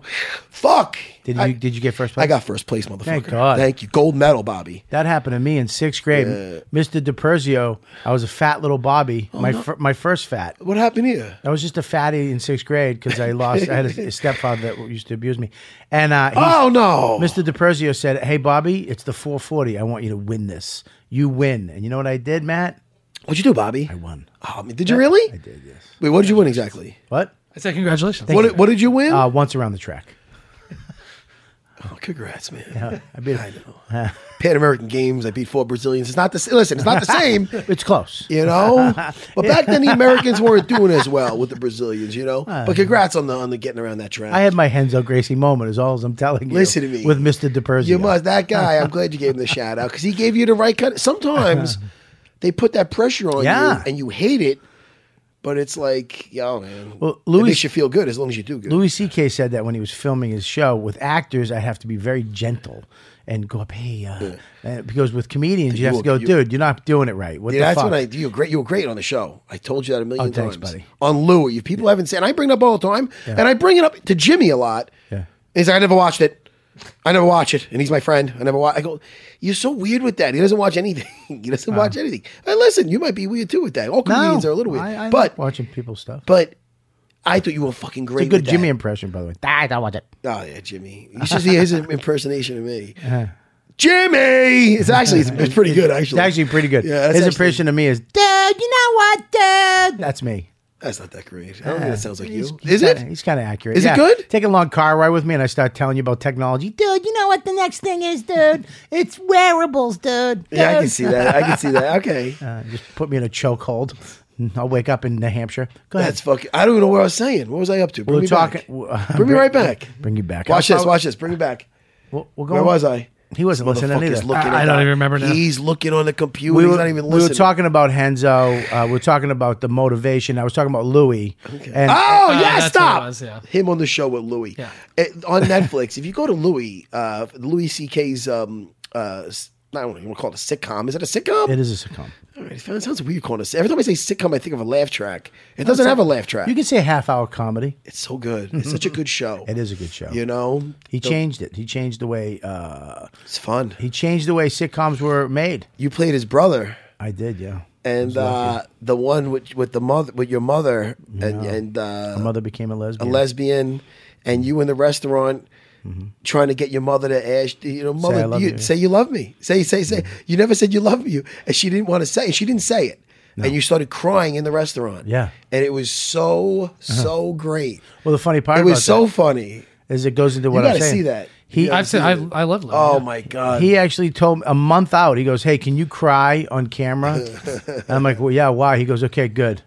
A: fuck.
D: Did you
A: I,
D: Did you get first place?
A: I got first place, motherfucker.
D: Thank God.
A: Thank you. Gold medal, Bobby.
D: that happened to me in sixth grade. Mr. DiPerzio, I was a fat little Bobby.
A: Oh,
D: my fir- my first fat.
A: What happened here?
D: I was just a fatty in sixth grade because I lost. I had a, a stepfather that used to abuse me, and uh, he-
A: Oh no,
D: Mr. DiPerzio said, "Hey Bobby, it's the 440. I want you to win this. You win." And you know what I did, Matt?
A: What'd you do, Bobby?
D: I won.
A: Oh, I mean, did you really? I did. Yes. Wait, what did you win exactly?
D: What?
E: I said congratulations.
A: What did, what did you win?
D: Uh, once around the track.
A: Oh, congrats, man.
D: I beat
A: I know. Pan American Games, I beat four Brazilians. It's not the same. Listen, it's not the same,
D: It's close.
A: you know. But back then, the Americans weren't doing as well with the Brazilians, you know. But congrats on the on the getting around that track.
D: Uh, I had my Henzo Gracie moment, is all as I'm telling you.
A: Listen to me.
D: With Mr. DiPerzio.
A: You must. That guy, I'm glad you gave him the shout out because he gave you the right cut. Sometimes they put that pressure on
D: Yeah.
A: you and you hate it, but it's like, yo, man.
D: Well,
A: it
D: Louis-
A: makes you feel good as long as you do good.
D: Louis C.K. said that when he was filming his show with actors, I have to be very gentle and go up, hey, uh, uh, because with comedians, you have to
A: will-
D: go,
A: you-
D: dude, you're not doing it right. What
A: Yeah,
D: the
A: that's
D: fuck? Oh,
A: what I. You were great. You were great on the show. I told you that a million
D: thanks,
A: times,
D: buddy.
A: On Louis, if people haven't seen, and I bring it up all the time, and I bring it up to Jimmy a lot.
D: Yeah.
A: He's like, I never watched it. I never watch it, and he's my friend. I never watch. I go, you're so weird with that. He doesn't watch anything. he doesn't
D: Uh-huh.
A: watch anything. And listen, you might be weird too with that. All comedians are a little weird,
D: I, I
A: but
D: like watching people stuff.
A: but I thought you were fucking great.
D: it's a good
A: with
D: Jimmy
A: that.
D: impression, by the way. I don't watch it.
A: Oh yeah, Jimmy. You should see his impersonation of me.
D: Uh-huh.
A: Jimmy. It's actually it's, it's pretty good. Actually,
D: It's actually pretty good.
A: Yeah, that's
D: His
A: actually-
D: impression of me is, Dad, you know what, Dad? That's me.
A: That's not that great. I don't think that sounds like you.
D: He's
A: Is it?
D: kinda- He's kind of accurate.
A: Is it
D: Yeah.
A: good?
D: Take a long car ride with me, and I start telling you about technology, dude. You know what the next thing is, dude? It's wearables, dude.
A: Yeah, I can
D: Dude.
A: see that. I can see that. Okay.
D: Uh, just put me in a chokehold. I'll wake up in New Hampshire. Go ahead.
A: That's fucking. I don't even know what I was saying. What was I up to? Bring
D: We're
A: me
D: talking.
A: back. Bring me right back.
D: Bring you back.
A: Watch
D: I'll
A: this.
D: follow-
A: Watch this. Bring me back.
D: We'll, we'll go
A: Where was I?
D: He wasn't listening
A: Motherfucker's
D: either.
A: looking
E: I- I
A: at
E: don't
A: that.
E: even remember now.
A: He's looking on the computer.
D: we
A: He's
D: were,
A: not even
D: we
A: listening.
D: were talking about Henzo. Uh, we were talking about the motivation. I was talking about Louis. And
A: Oh
E: Uh,
A: yeah,
E: that's what it
A: stop.
E: was, yeah.
A: Him on the show with Louis
E: Yeah.
A: It- on Netflix. if you go to Louis, uh, Louis C.K.'s, um, uh, s- I don't even want to call it a sitcom. Is it a sitcom?
D: it is a sitcom.
A: All right, it sounds weird calling it. a sit- Every time I say sitcom, I think of a laugh track. It doesn't have a laugh track.
D: You can say half hour comedy.
A: it's so good. It's such a good show.
D: It is a good show.
A: You know,
D: he changed it. He changed the way. Uh,
A: it's fun.
D: he changed the way sitcoms were made.
A: You played his brother.
D: I did. Yeah.
A: and uh, the one with with the mother with your mother and and uh,
D: My mother became a
A: a
D: lesbian.
A: lesbian, and you in the restaurant trying to get your mother to ask you know mother
D: Mm-hmm. I love
A: you,
D: you."
A: say you love me say say say you never said you love you and she didn't want to say it she didn't say it. And you started crying in the restaurant.
D: Yeah.
A: and it was so so great.
D: well, the funny part
A: It
D: about
A: was so
D: that
A: funny.
D: is it goes into what
A: you
D: I'm
A: gotta
D: saying.
A: see that.
D: He,
E: I've seen. I, I love Louis.
A: Oh
E: yeah.
A: my god!
D: He actually told me a month out. He goes, "Hey, can you cry on camera?" and I'm like, "Well, yeah. Why?" He goes, "Okay, good."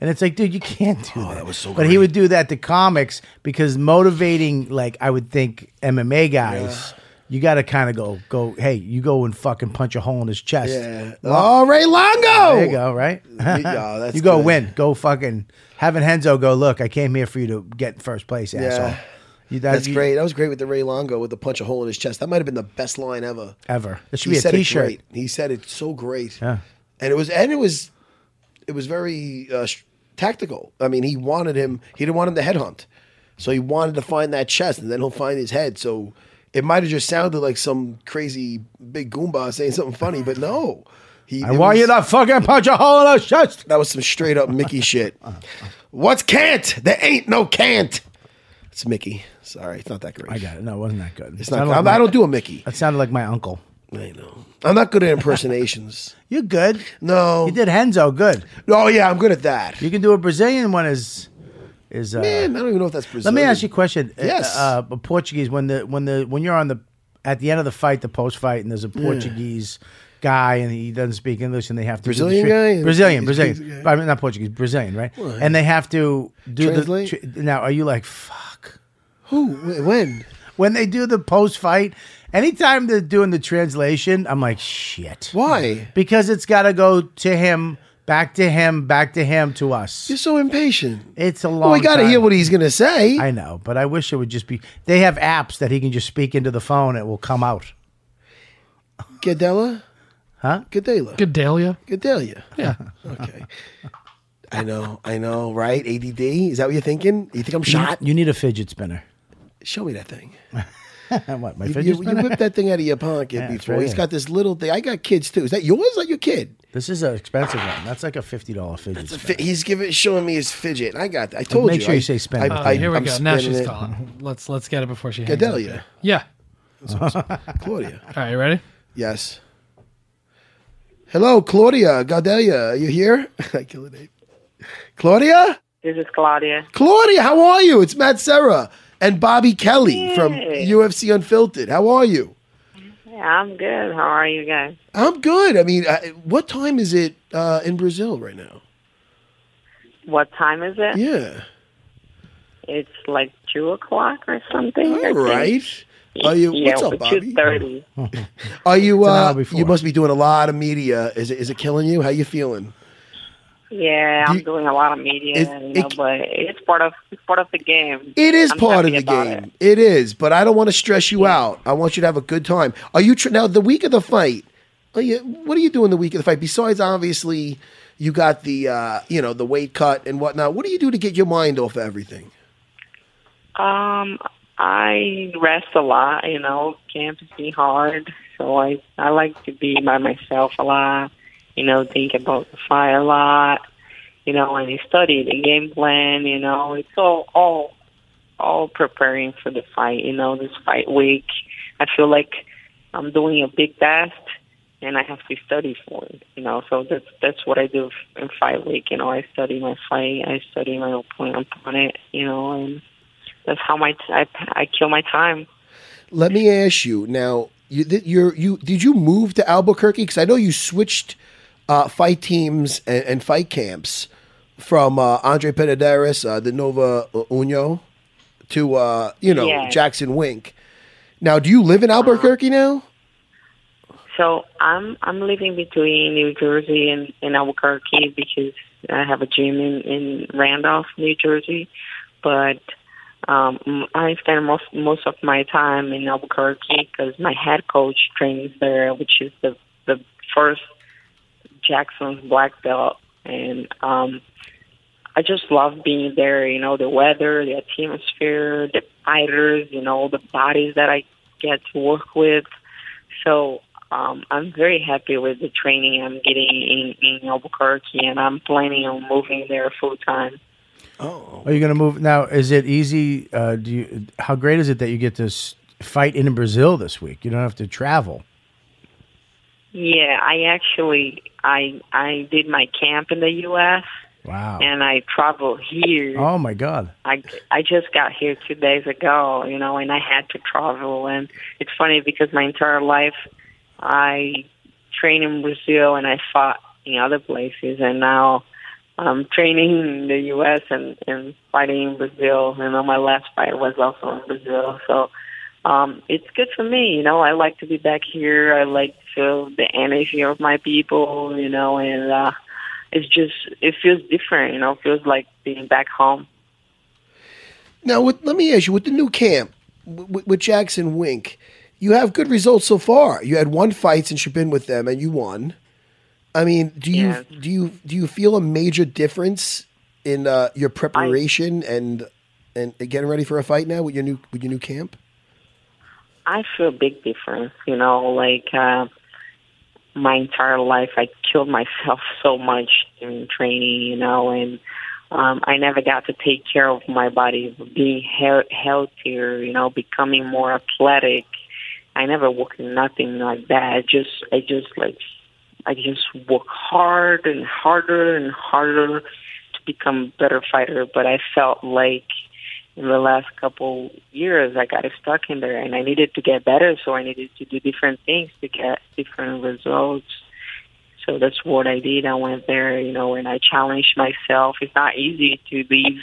D: And it's like, dude, you can't do that.
A: Oh, that was so
D: but
A: great.
D: he would do that to comics because motivating, like I would think MMA guys, you got to kind of go, go, hey, you go and fucking punch a hole in his chest.
A: yeah. Oh, Ray Longo.
D: There you go, right?
A: Yeah, that's
D: you go
A: good.
D: win. Go fucking having Henzo go. Look, I came here for you to get first place, asshole. You, that-
A: That's
D: you-
A: great. That was great with the Ray Longo with the punch a hole in his chest. That might have been the best line ever.
D: Ever. That should
A: He
D: be a
A: said it
D: T-shirt.
A: great. He said it so great.
D: Yeah.
A: And it was and it was it was very uh, sh- tactical. I mean, he wanted him. He didn't want him to headhunt, so he wanted to find that chest, and then he'll find his head. So it might have just sounded like some crazy big goomba saying something funny, but no. He,
D: I
A: was-
D: want you to fucking punch a hole in his chest.
A: That was some straight up Mickey shit. What's can't? There ain't no can't. It's Mickey. Sorry, it's not that great.
D: I got it. No, it wasn't that good.
A: It's not. I'm- I don't do a Mickey.
D: That sounded like my uncle.
A: I know. I'm not good at impersonations.
D: You're good.
A: No.
D: You did Henzo good.
A: Oh yeah, I'm good at that.
D: You can do a Brazilian one. Is is uh,
A: Man, I don't even know if that's
D: Let
A: Brazilian.
D: me ask you a question. Uh,
A: Yes.
D: uh, uh, Portuguese. When the when the when you're on the at the end of the fight, the post fight, and there's a Portuguese guy, and he doesn't speak English, and they have to do the
A: Brazilian
D: tra-
A: guy?
D: Brazilian,
A: He's
D: Brazilian. I mean, not Portuguese, Brazilian, right? And they have to do
A: Translate?
D: the. Tra- now, are you like fuck?
A: Who? Wh- When?
D: When they do the post fight, anytime they're doing the translation, I'm like shit.
A: Why?
D: Because it's got to go to him, back to him, back to him, to us.
A: You're so impatient.
D: It's a long.
A: Well, we got to
D: time.
A: hear what he's gonna say.
D: I know, but I wish it would just be. They have apps that he can just speak into the phone. It will come out.
A: Gadella.
D: Huh?
A: Gadela.
E: Good Dahlia.
A: Gadelia.
E: Yeah.
A: Okay. I know. I know. Right? ADD. Is that what you're thinking? You think I'm shot?
D: You need a fidget spinner.
A: Show me that thing.
D: what my
A: You,
D: fidget
A: you, you
D: spinner?
A: whip that thing out of your pocket
D: it's
A: before.
D: right
A: He's
D: here.
A: got this little thing. I got kids too. Is that yours? Is that your kid?
D: this is an expensive one. That's like a fifty dollar fidget
A: Fi-
D: spinner.
A: He's giving, showing me his fidget. I got. I told
D: Make
A: you.
D: sure
A: I-
D: you say spin.
A: I-
D: Uh,
E: Uh,
A: I-
E: here we
A: I'm
E: go. Now she's
A: spinning it.
E: calling. Let's let's get it before she hangs up
A: Gadelia.
E: here. Yeah.
A: Claudia.
E: All right. You ready?
A: Yes. Hello, Claudia. Gaudelia, are you here? I kill it. Claudia?
B: This is Claudia.
A: Claudia, how are you? It's Matt Serra. and Bobby Kelly from
B: Hey.
A: UFC Unfiltered. How are you?
B: Yeah, I'm good. How are you guys?
A: I'm good. I mean, I, what time is it uh, in Brazil right now?
B: What time is it?
A: Yeah.
B: It's like two o'clock or something.
A: All right. Are you?
B: Yeah,
A: what's up, Bobby?
B: two thirty.
A: Are you?
C: an hour
A: Uh,
C: before.
A: you must be doing a lot of media. Is it? Is it killing you? How you feeling?
B: Yeah,
A: Do
B: I'm
A: you-
B: doing a lot of media,
A: It-
B: you know,
A: it-
B: but it's part of it's part of the game.
A: It is
B: I'm
A: part of
B: happy
A: the
B: about
A: game. it
B: it.
A: is, but I don't want to stress you out. I want you to have a good time. Are you tr- now the week of the fight? Are you, what are you doing the week of the fight? Besides, obviously, you got the uh, you know the weight cut and whatnot. What do you do to get your mind off of everything?
B: Um, I rest a lot. You know, camp is be hard, so I I like to be by myself a lot. You know, think about the fight a lot. You know, and I study the game plan. You know, it's all all all preparing for the fight. You know, this fight week, I feel like I'm doing a big test. And I have to study for it, you know. So that's that's what I do in fight week. You know, I study my fight, I study my opponent, opponent, you know, and that's how my t- I, I kill my time.
A: Let me ask you now. You did you're, you did you move to Albuquerque? Because I know you switched uh, fight teams and, and fight camps from uh, Andre Pedadaris, uh, the Nova Uno, to uh, you know
B: Yes.
A: Jackson Wink. Now, do you live in Albuquerque now?
B: So I'm I'm living between New Jersey and, and Albuquerque because I have a gym in, in Randolph, New Jersey, but um, m- I spend most most of my time in Albuquerque because my head coach trains there, which is the the first Jackson's black belt, and um, I just love being there. You know, the weather, the atmosphere, the fighters, you know, the bodies that I get to work with. So um, I'm very happy with the training I'm getting in, in Albuquerque, and I'm planning on moving there full time.
C: Are you going to move now? Is it easy? Uh, do you? How great is it that you get to s- fight in Brazil this week? You don't have to travel.
B: Yeah, I actually I I did my camp in the U.S.
C: Wow.
B: and I traveled here.
C: Oh my God.
B: I I just got here two days ago, you know, and I had to travel. And it's funny because my entire life I trained in Brazil and I fought in other places, and now I'm training in the U.S. and and fighting in Brazil. And then my last fight was also in Brazil, so um it's good for me. You know, I like to be back here. I like to feel the energy of my people. You know, and uh it's just it feels different. You know, it feels like being back home.
A: Now, with, let me ask you: with the new camp with, with Jackson Wink, you have good results so far. You had one fight since you've been with them, and you won. I mean, do you
B: Yes.
A: do you do you feel a major difference in uh, your preparation and and getting ready for a fight now with your new with your new camp?
B: I feel a big difference, you know, like uh my entire life I killed myself so much in training, you know, and um I never got to take care of my body, being he- healthier, you know, becoming more athletic. I never worked nothing like that. I just I just like I just work hard and harder and harder to become a better fighter, but I felt like in the last couple years I got stuck in there and I needed to get better so I needed to do different things to get different results. So that's what I did. I went there, you know, and I challenged myself. It's not easy to leave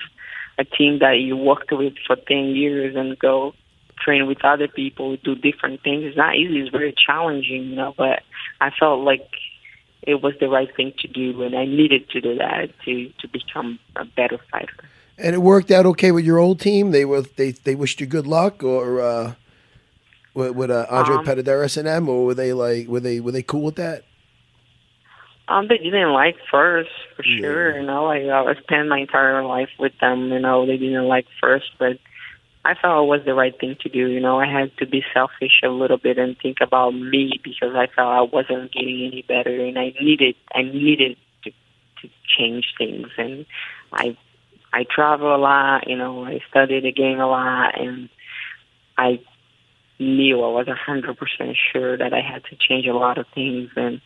B: a team that you worked with for ten years and go train with other people, do different things. It's not easy, it's very challenging, you know, but I felt like it was the right thing to do and I needed to do that to to become a better fighter.
A: And it worked out okay with your old team. They were they they wished you good luck, or uh, with, with uh, Andre
B: Um,
A: Petadaris and them, or were they like were they were they cool with that?
B: Um, they didn't like first for sure. You know, like I spent my entire life with them. You know, they didn't like first, but I felt it was the right thing to do. You know, I had to be selfish a little bit and think about me because I felt I wasn't getting any better, and I needed I needed to to change things. And I I travel a lot. You know, I study the game a lot, and I knew I was a hundred percent sure that I had to change a lot of things and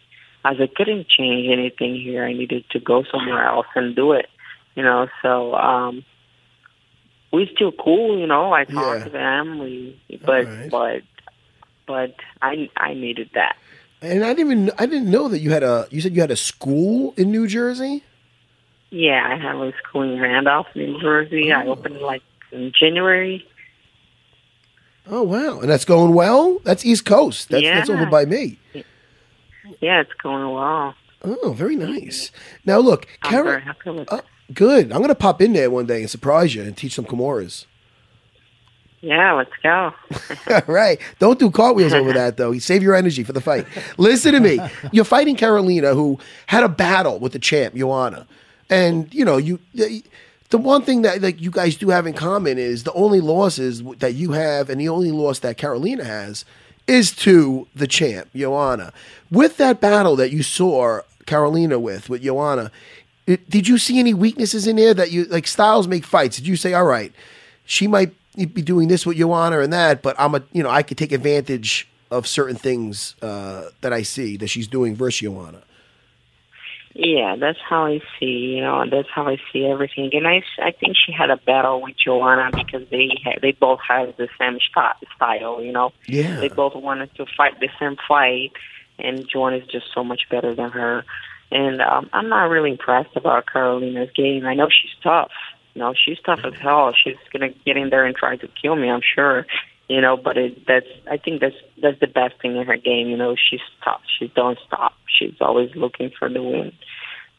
B: as I couldn't change anything here, I needed to go somewhere else and do it. You know, so um we're still cool, you know. I talk
A: Yeah.
B: to them, we, but
A: Alright.
B: but but I I needed that.
A: And I didn't even I didn't know that you had a you said you had a school in New Jersey.
B: Yeah, I have a school in Randolph, New Jersey. I opened like in January.
A: Oh wow, and that's going well. That's East Coast. That's that's
B: Yeah.
A: over by me.
B: Yeah, it's going well.
A: Oh, very nice. Now look,
B: I'm very
A: Karen.
B: happy with
A: Oh,
B: it.
A: good. I'm gonna pop in there one day and surprise you and teach some Kimuras.
B: Yeah, let's go.
A: All right. Don't do cartwheels over that though. Save your energy for the fight. Listen to me. You're fighting Carolina, who had a battle with the champ Joanna, and you know you. The one thing that like you guys do have in common is the only losses that you have, and the only loss that Carolina has, is to the champ Joanna. With that battle that you saw Carolina with with Joanna, it, did you see any weaknesses in there that you like? Styles make fights. Did you say, all right? she might be doing this with Joanna and that, but I'm a you know I could take advantage of certain things uh, that I see that she's doing versus Joanna.
B: Yeah, that's how I see. You know, that's how I see everything. And I, I think she had a battle with Joanna because they had, they both have the same sti- style. You know,
A: Yeah.
B: they both wanted to fight the same fight, and Joanna's just so much better than her. And um, I'm not really impressed about Carolina's game. I know she's tough. You know, she's tough as hell. She's gonna get in there and try to kill me. I'm sure. You know, but it, that's I think that's that's the best thing in her game. You know, she's tough. She don't stop. She's always looking for the win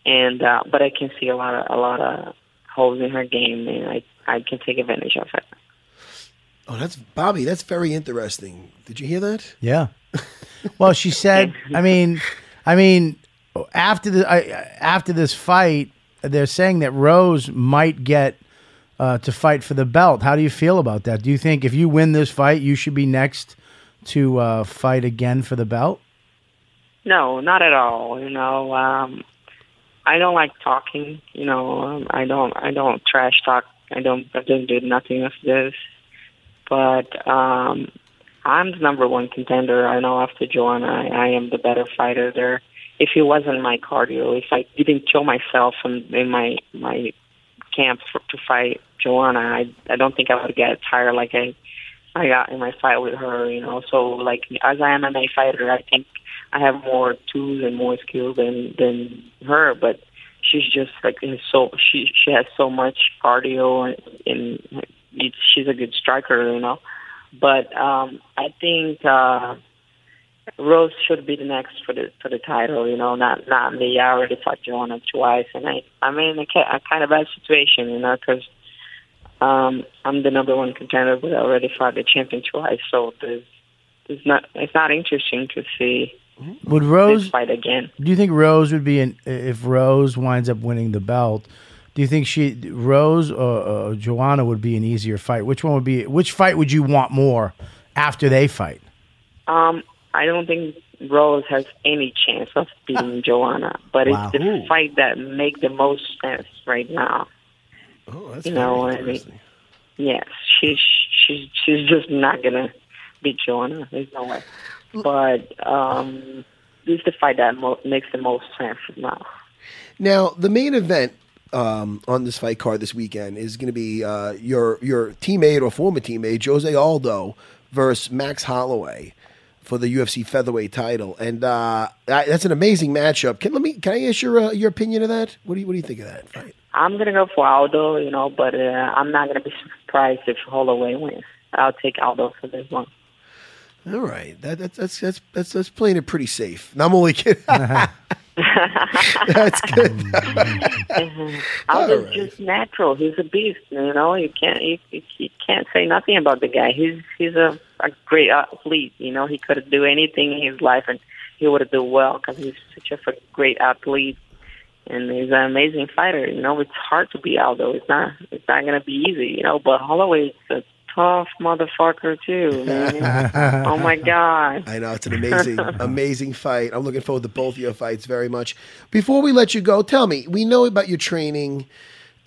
B: and uh, but I can see a lot of a lot of holes in her game, and I I can take advantage of it.
A: Oh, that's Bobby. That's very interesting. Did you hear that?
C: Yeah. Well, she said. I mean, I mean, after the I, after this fight, they're saying that Rose might get uh, to fight for the belt. How do you feel about that? Do you think if you win this fight, you should be next to uh, fight again for the belt?
B: No, not at all. You know, um, I don't like talking. You know, um, I don't I don't trash talk. I don't I don't do nothing of this. But um, I'm the number one contender. I know after Joanna, I, I am the better fighter there. If it wasn't my cardio, if I didn't kill myself in, in my my camp for, to fight Joanna, I I don't think I would get tired like I I got in my fight with her. You know, so like as I am a MMA fighter, I think I have more tools and more skill than than her, but she's just like is so she she has so much cardio and, and it, she's a good striker, you know. But um I think uh Rose should be the next for the for the title, you know. Not not me. I already fought Joanna twice, and I I'm in a, ca- a kind of bad situation, you know, because um, I'm the number one contender, but I already fought the champion twice, so there's it's not it's not interesting to see
C: Would Rose?
B: this fight again.
C: Do you think Rose would be in if Rose winds up winning the belt? Do you think she Rose or, or Joanna would be an easier fight? Which one would be? Which fight would you want more after they fight?
B: Um, I don't think Rose has any chance of beating Joanna, but
C: Ah. Wow.
B: it's the fight that make the most sense right now.
A: Oh, that's very
B: You know, I mean,
A: interesting.
B: yes, she's she's she's just not gonna beat Joanna. There's no way. But um, this is the fight that mo- makes the most sense now.
A: Now, the main event um, on this fight card this weekend is going to be uh, your your teammate or former teammate Jose Aldo versus Max Holloway for the UFC featherweight title, and uh, I, that's an amazing matchup. Can let me can I ask your uh, your opinion of that? What do you what do you think of that fight?
B: I'm gonna go for Aldo, you know, but uh, I'm not gonna be surprised if Holloway wins. I'll take Aldo for this one.
A: All right, that, that's that's that's that's that's playing it pretty safe. No, I'm only kidding. that's good.
B: Aldo's
A: Alright.
B: just natural. He's a beast. You know, you can't you, you, you can't say nothing about the guy. He's he's a, a great athlete. You know, he could do anything in his life, and he would do well because he's such a f- great athlete, and he's an amazing fighter. You know, it's hard to be Aldo. It's not it's not gonna be easy. You know, but Holloway's a tough motherfucker too. Man. oh my god.
A: I know it's an amazing, amazing fight. I'm looking forward to both your fights very much. Before we let you go, tell me we know about your training,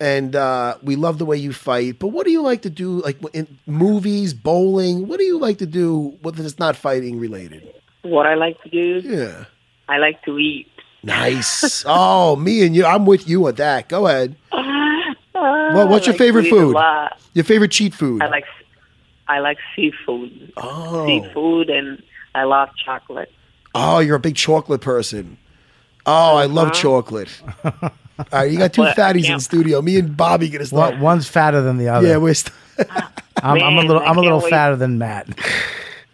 A: and uh, we love the way you fight. But what do you like to do, like in movies, bowling? What do you like to do? What is not fighting related?
B: What I like to do,
A: Yeah,
B: I like to eat.
A: nice. oh, me and you, I'm with you on that. Go ahead. Well, what's your
B: I like
A: favorite
B: to eat a
A: food?
B: lot.
A: Your favorite cheat food?
B: I like I like seafood.
A: Oh.
B: Seafood and I love chocolate.
A: Oh, you're a big chocolate person. Oh, I
C: Uh-huh.
A: love chocolate. All right, you got two
B: But,
A: fatties
B: yeah.
A: in studio. Me and Bobby gonna start.
C: One- one's fatter than the other.
A: Yeah, we're. St-
C: I'm, I'm a
B: Man,
C: little.
B: I
C: I'm a
B: can't
C: little
B: wait.
C: fatter than Matt.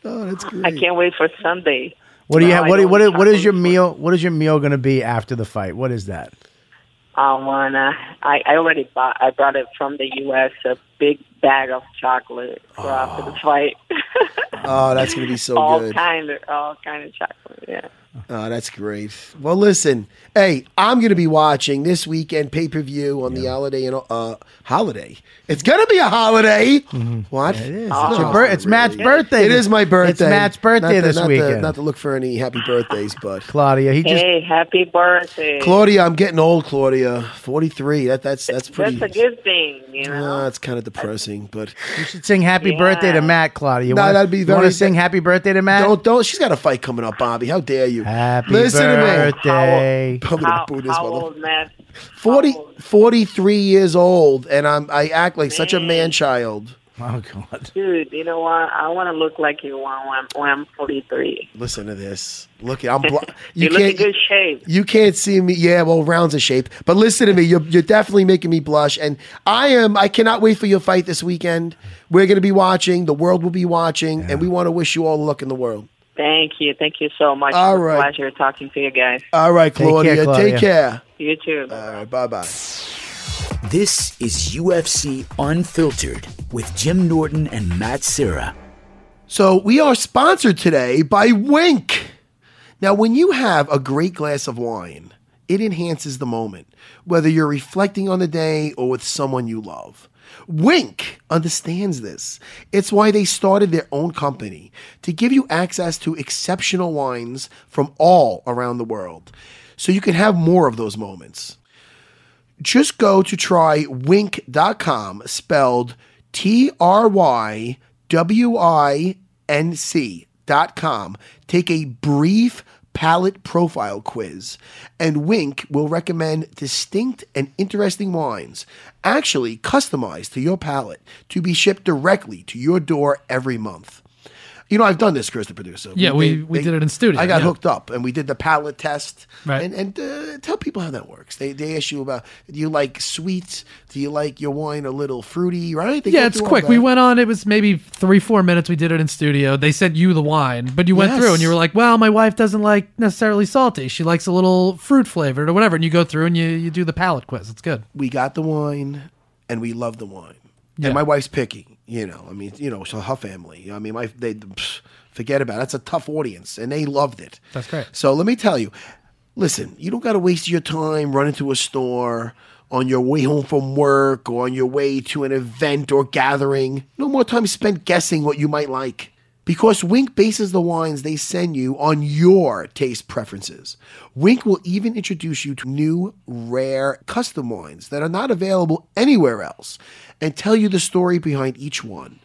A: oh, that's great.
B: I can't wait for Sunday.
C: What do you
B: No,
C: have?
B: I
C: What, do-
B: don't
C: what, is-
B: eat
C: what is your
B: chocolate.
C: meal? What is your meal going to be after the fight? What is that?
B: I wanna. I, I already bought. I brought it from the U.S. A big bag of chocolate for after the fight.
A: Oh, that's gonna be so
B: all
A: good.
B: kind of all kind of chocolate. Yeah.
A: Oh, that's great. Well, listen, hey, I'm going to be watching this weekend pay per view on the holiday and uh, holiday. It's going to be a holiday.
C: Mm-hmm.
A: What? it is.
C: It's, your bir- it's Matt's birthday.
A: It is my birthday.
C: It's Matt's birthday
A: Not to-
C: this
A: not to-
C: weekend.
A: not to look for any happy birthdays, but
C: Claudia, he just
B: hey, happy birthday.
A: Claudia, I'm getting old. Claudia, 43. That that's that's pretty.
B: That's a good thing, you
A: Uh,
B: know.
A: it's kind of depressing, but
C: you should sing Happy
B: Yeah.
C: Birthday to Matt, Claudia. You
A: No,
C: wanna,
A: that'd be
C: you
A: very-
C: wanna sing Happy Birthday to
B: Uh,
C: Matt.
A: don't don't. She's got a fight coming up, Bobby. How dare you?
D: Uh,
C: Happy
A: Listen to me.
C: birthday.
A: I'm gonna
B: how
A: boot this
B: how
A: mother-
B: old, Matt?
A: 40,
B: How old?
A: 43 years old, and I'm I act like such a man child.
C: Oh God.
B: Dude, you know what? I want to look like you when I'm, when I'm 43.
A: Listen to this. Look, I'm blo-
B: You,
A: you
B: look in
A: can't
B: good shape.
A: you can't see me. Yeah, well, rounds of shape. But listen to me. You're you're definitely making me blush, and I am. I cannot wait for your fight this weekend. We're gonna be watching. The world will be watching, and we want to wish you all the luck in the world.
B: Thank you. Thank you so much.
A: All
B: It was a
A: right.
B: pleasure talking to you guys.
A: All right,
C: Take care,
A: Claudia. Take care.
C: Claudia.
B: You too.
A: All right. Bye bye.
F: This is UFC Unfiltered with Jim Norton and Matt Serra.
A: So we are sponsored today by Wink. Now, when you have a great glass of wine, it enhances the moment, whether you're reflecting on the day or with someone you love. Wink understands this. It's why they started their own company to give you access to exceptional wines from all around the world so you can have more of those moments just go to try wink.com spelled T R Y W I N C dot com. Take a brief palate profile quiz, and Wink will recommend distinct and interesting wines, actually customized to your palate, to be shipped directly to your door every month. You know, I've done this, Chris, the producer.
E: Yeah, we- we did it in studio,
A: I got
E: yeah.
A: hooked hooked up and we did the palate test.
E: Right.
A: And, and uh, tell people how that works. They, they ask you about do you like sweet? Do you like your wine a little fruity? Right? They
E: Yeah,
A: go
E: it's
A: through all
E: quick. We
A: that.
E: went on. It was maybe three, four minutes. We did it in studio. They sent you the wine, but you went
A: Yes.
E: through and you were like, "Well, my wife doesn't like necessarily salty. She likes a little fruit flavored or whatever." And you go through and you you do the palate quiz. It's good.
A: We got the wine and we love the wine.
E: Yeah.
A: And my wife's picky. You know, I mean, you know, so her family. I mean, my they pfft, forget about it. That's a tough audience, and they loved it.
E: That's great.
A: So let me tell you, listen, you don't got to waste your time running to a store on your way home from work or on your way to an event or gathering. No more time spent guessing what you might like. Because Wink bases the wines they send you on your taste preferences. Wink will even introduce you to new, rare, custom wines that are not available anywhere else and tell you the story behind each one.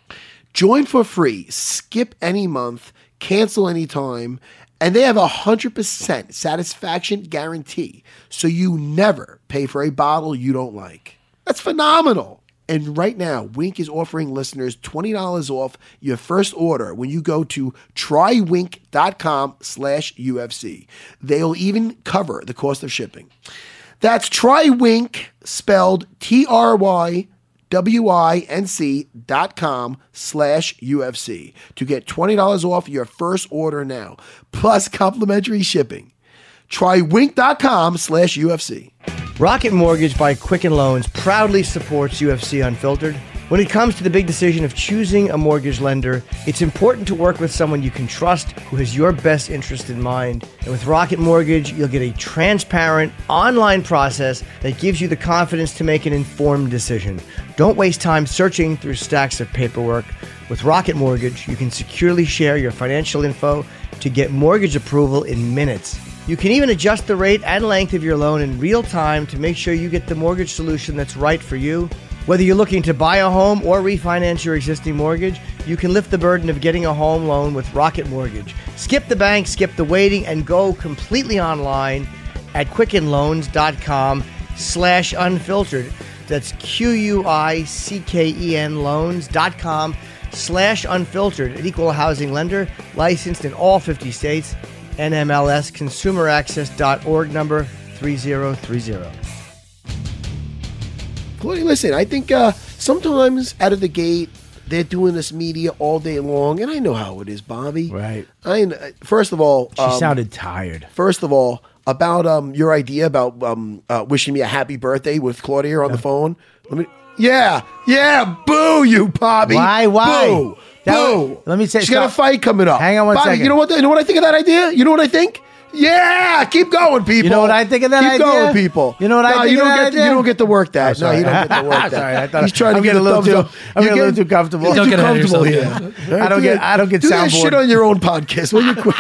A: Join for free, skip any month, cancel anytime, and they have a 100% satisfaction guarantee, so you never pay for a bottle you don't like. That's phenomenal. And right now, Wink is offering listeners $20 off your first order when you go to trywink.com slash UFC. They'll even cover the cost of shipping. That's TryWink, spelled T R Y W I N C dot com slash UFC to get $20 off your first order now, plus complimentary shipping. TryWink.com slash UFC.
D: Rocket Mortgage by Quicken Loans proudly supports UFC Unfiltered. When it comes to the big decision of choosing a mortgage lender, it's important to work with someone you can trust who has your best interest in mind. And with Rocket Mortgage, you'll get a transparent online process that gives you the confidence to make an informed decision. Don't waste time searching through stacks of paperwork. With Rocket Mortgage, you can securely share your financial info to get mortgage approval in minutes. You can even adjust the rate and length of your loan in real time to make sure you get the mortgage solution that's right for you. Whether you're looking to buy a home or refinance your existing mortgage, you can lift the burden of getting a home loan with Rocket Mortgage. Skip the bank, skip the waiting, and go completely online at quickenloans.com slash unfiltered. That's Q U I C K E N loans.com slash unfiltered. An equal housing lender, licensed in all 50 states. NMLS consumeraccess.org number 3030.
A: Claudia, listen, I think uh, sometimes out of the gate, they're doing this media all day long, and I know how it is, Bobby.
C: Right.
A: I kn- first of all,
C: She
A: um,
C: sounded tired.
A: First of all, about um your idea about um uh, wishing me a happy birthday with Claudia on the phone. Let me. Yeah, yeah. Boo, you, Bobby.
C: Why, why?
A: Boo,
C: That
A: boo.
C: was- let me say-
A: She's got a
C: stop.
A: fight coming up.
C: Hang on one
A: Bobby,
C: second.
A: You know what? You know what I think of that idea? You know what I think? Yeah, keep going, people.
C: You know what I think of that
A: keep
C: idea?
A: going, people.
C: You know what I
A: No,
C: think
A: you
C: of
A: don't
C: that
A: get To, you
C: idea?
A: don't get to work that.
C: sorry.
A: no, you don't get to work that.
C: Sorry, I thought
A: He's trying to
C: I'm
A: get
C: getting a little
A: thumbs
C: too-
A: up.
C: I'm
A: You're
C: getting a little
A: getting-
C: too comfortable.
A: You're
E: Don't
A: too
E: get ahead of
A: comfortable
E: yourself.
A: here.
C: I don't get- I don't get
A: Do that
C: soundboard.
A: shit on your own podcast. Will you quit?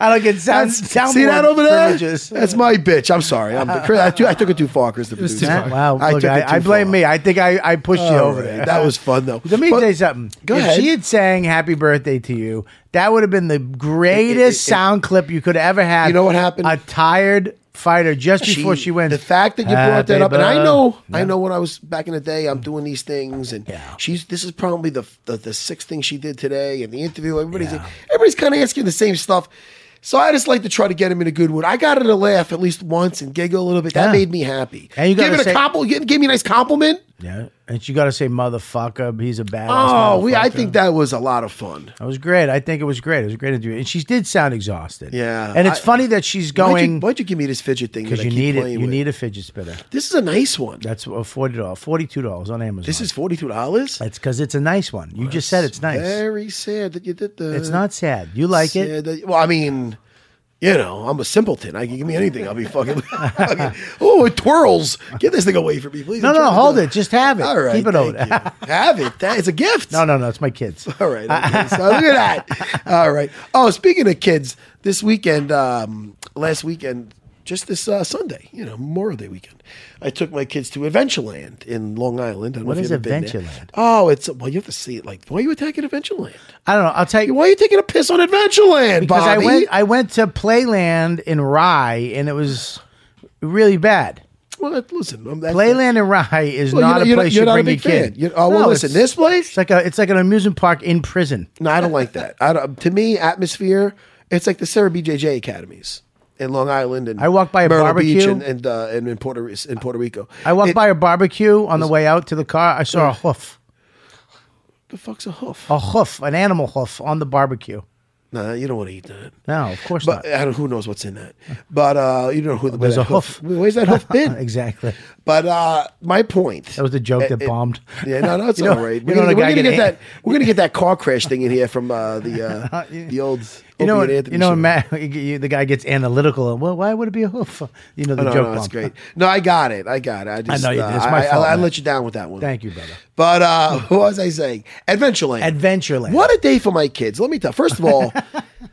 C: I don't get sound.
A: That's- see that
C: soundboard
A: over there?
C: privileges.
A: That's my bitch. I'm sorry. I'm, I, took- I took it too far, Chris. The
E: was too
A: producer.
E: far.
C: Wow,
A: I
C: look,
A: took
C: I,
A: it too
C: I blame
A: far.
C: me. I think I, I pushed you
A: All
C: over
A: right.
C: there.
A: That was fun, though.
C: Let me
A: But-
C: tell you something.
A: Go
C: if
A: ahead.
C: she had sang "Happy Birthday" to you, that would have been the greatest sound clip you could ever have.
A: You know what happened?
C: A tired fighter just before she went.
A: The fact that you brought that
C: Happy
A: up, and I know,
C: birthday.
A: I know when I was back in the day, I'm doing these things, and she's. This is probably the the, the sixth thing she did today, and the interview. Everybody's everybody's kind of asking the same stuff. So I just like to try to get him in a good mood. I got her to laugh at least once and giggle a little bit. That
C: Yeah.
A: made me happy.
C: And you
A: give
C: gotta
A: it a
C: say-
A: compliment. Give, give me a nice compliment.
C: yeah, and she got to say "motherfucker." He's a badass.
A: Oh, we. I
C: motherfucker.
A: think that was a lot of fun.
C: That was great. I think it was great. It was a great interview, and she did sound exhausted.
A: Yeah.
C: and it's
A: I-
C: funny that she's
A: Why'd you,
C: going
A: why'd you give me this fidget thing?
C: because
A: that
C: you
A: I keep
C: need it.
A: playing
C: You
A: with?
C: need a fidget spinner.
A: This is a nice one.
C: That's uh, forty dollars, forty two dollars on Amazon.
A: This is forty two dollars.
C: That's because it's a nice one. You just said it's nice.
A: Very sad that you did the.
C: it's not sad. You like it.
A: sad that- well, I mean, you know, I'm a simpleton. I can give me anything. I'll be fucking. fucking- oh, it twirls. Get this thing away from me, please.
C: No,
A: I'm
C: no,
A: trying to
C: hold
A: do-
C: it. Just have it.
A: All right,
C: Keep it
A: thank
C: over.
A: you. Have it. That is a gift.
C: No, no, no. It's my kids.
A: All right. Okay. so look at that. All right. Oh, speaking of kids, this weekend, um, last weekend, just this uh, Sunday, you know, Memorial Day weekend, I took my kids to Adventureland in Long Island. I don't
C: What
A: know if
C: is
A: you've ever been there.
C: Adventureland?
A: Oh, it's well, you have to see it. Like, why are you attacking Adventureland?
C: I don't know. I'll tell you
A: Why are you taking a piss on Adventureland,
C: because
A: Bobby?
C: I went. I went to Playland in Rye, and it was really bad.
A: well, listen, um, that's-
C: Playland in Rye is
A: Well,
C: not
A: you're
C: a place
A: you're
C: you
A: not
C: bring
A: a
C: your
A: big fan.
C: kid.
A: You- oh, well,
C: No,
A: listen,
C: it's-
A: this place.
C: It's like a. It's like an amusement park in prison.
A: No, I don't like that. I don't, to me, atmosphere, it's like the Sarah BJJ academies in Long Island and
C: I walked by a
A: Myrtle Beach
C: barbecue.
A: and and, uh, and in Puerto Ri- in Puerto Rico.
C: I walked
A: It-
C: by a barbecue on the way out to the car. I saw a hoof,
A: the fuck's a hoof.
C: a hoof, an animal hoof on the barbecue.
A: No, you don't want to eat that.
C: No, of course
A: But
C: not.
A: I don't, who knows what's in that? But uh, you don't know who the
C: There's
A: that
C: a hoof.
A: Where's that hoof been?
C: exactly.
A: But uh, my point.
C: That was the joke that bombed.
A: Yeah, no, no, it's
C: You know-
A: all right.
C: you
A: We're
C: know
A: gonna,
C: when a
A: we're
C: guy
A: gonna
C: get
A: get that.
C: an-
A: We're gonna get that car crash thing in here from uh, the uh,
C: You-
A: the old.
C: You know,
A: Opie
C: when-
A: and Anthony
C: you know,
A: show.
C: when Matt, you- the guy gets analytical. and, Well, why would it be a hoof? You know, the
A: Oh, no,
C: joke.
A: no, it's
C: bomb.
A: great. No, I got it. I got it. I, just,
C: know you
A: uh,
C: did. It's
A: I,
C: my fault,
A: I, I
C: man.
A: let you down with that one.
C: Thank you, brother.
A: But uh, what was I saying? Adventureland.
C: Adventureland.
A: What a day for my kids. Let me tell. First of all,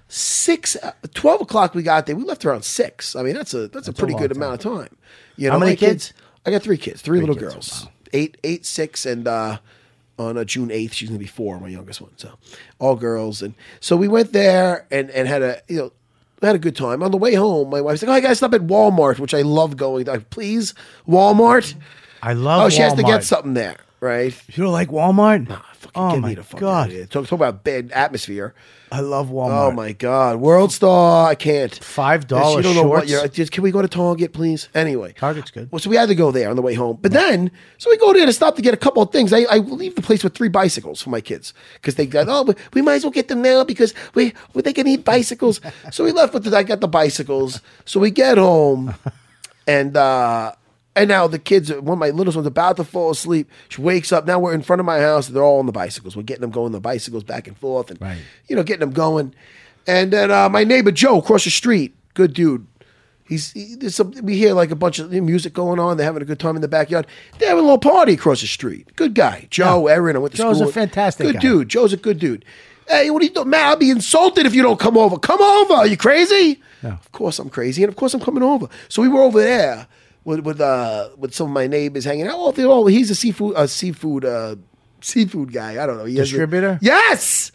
A: six, uh, 12 o'clock. We got there. We left around six. I mean, that's a that's, a pretty
C: long
A: good
C: time.
A: amount of time. You know,
C: How many
A: my
C: kids?
A: I got three kids. Three, little girls. Eight, eight, six, and uh, on uh, June eighth, she's gonna be four. My youngest one. So all girls. And so we went there and and had a you know. Had a good time. On the way home, my wife's like, "Oh, I gotta stop at Walmart," which I love going. to. Like, please, Walmart.
C: I love.
A: Oh, she has to
C: Walmart.
A: get something there, right?
C: You don't like Walmart?
A: Fucking
C: oh
A: get
C: my
A: me the fuck out
C: god,
A: of here. Talk, talk about bad atmosphere.
C: I love Walmart.
A: Oh my god, World Star. I can't.
C: Five
A: You
C: dollars
A: don't know what
C: shorts.
A: you're. Just, can we go to Target, please? Anyway,
C: Target's good.
A: Well, so we had to go there on the way home. But then, so we go there to stop to get a couple of things. I, I leave the place with three bicycles for my kids because they got. Oh, we- we might as well get them now because we well, they can eat bicycles. so we left with. The, I got the bicycles. So we get home, and. uh and now the kids, one of my littlest one's about to fall asleep. She wakes up. Now we're in front of my house. They're all on the bicycles. We're getting them going, the bicycles back and forth, and you know, getting them going. And then uh, my neighbor Joe across the street, good dude. He's he, there's some, we hear like a bunch of music going on. They're having a good time in the backyard. They're having a little party across the street. Good guy, Joe.
C: Yeah.
A: Aaron, I went to
C: Joe's
A: school.
C: a
A: with.
C: fantastic
A: good
C: guy.
A: dude. Joe's a good dude. Hey, what are you doing, man? I'll be insulted if you don't come over. Come over. Are you crazy?
C: No.
A: Of course I'm crazy, and of course I'm coming over. So we were over there with with uh, with some of my neighbors hanging out. Oh, they all he's a seafood a seafood uh, seafood guy. I don't know. He has a-
C: Distributor?
A: yes.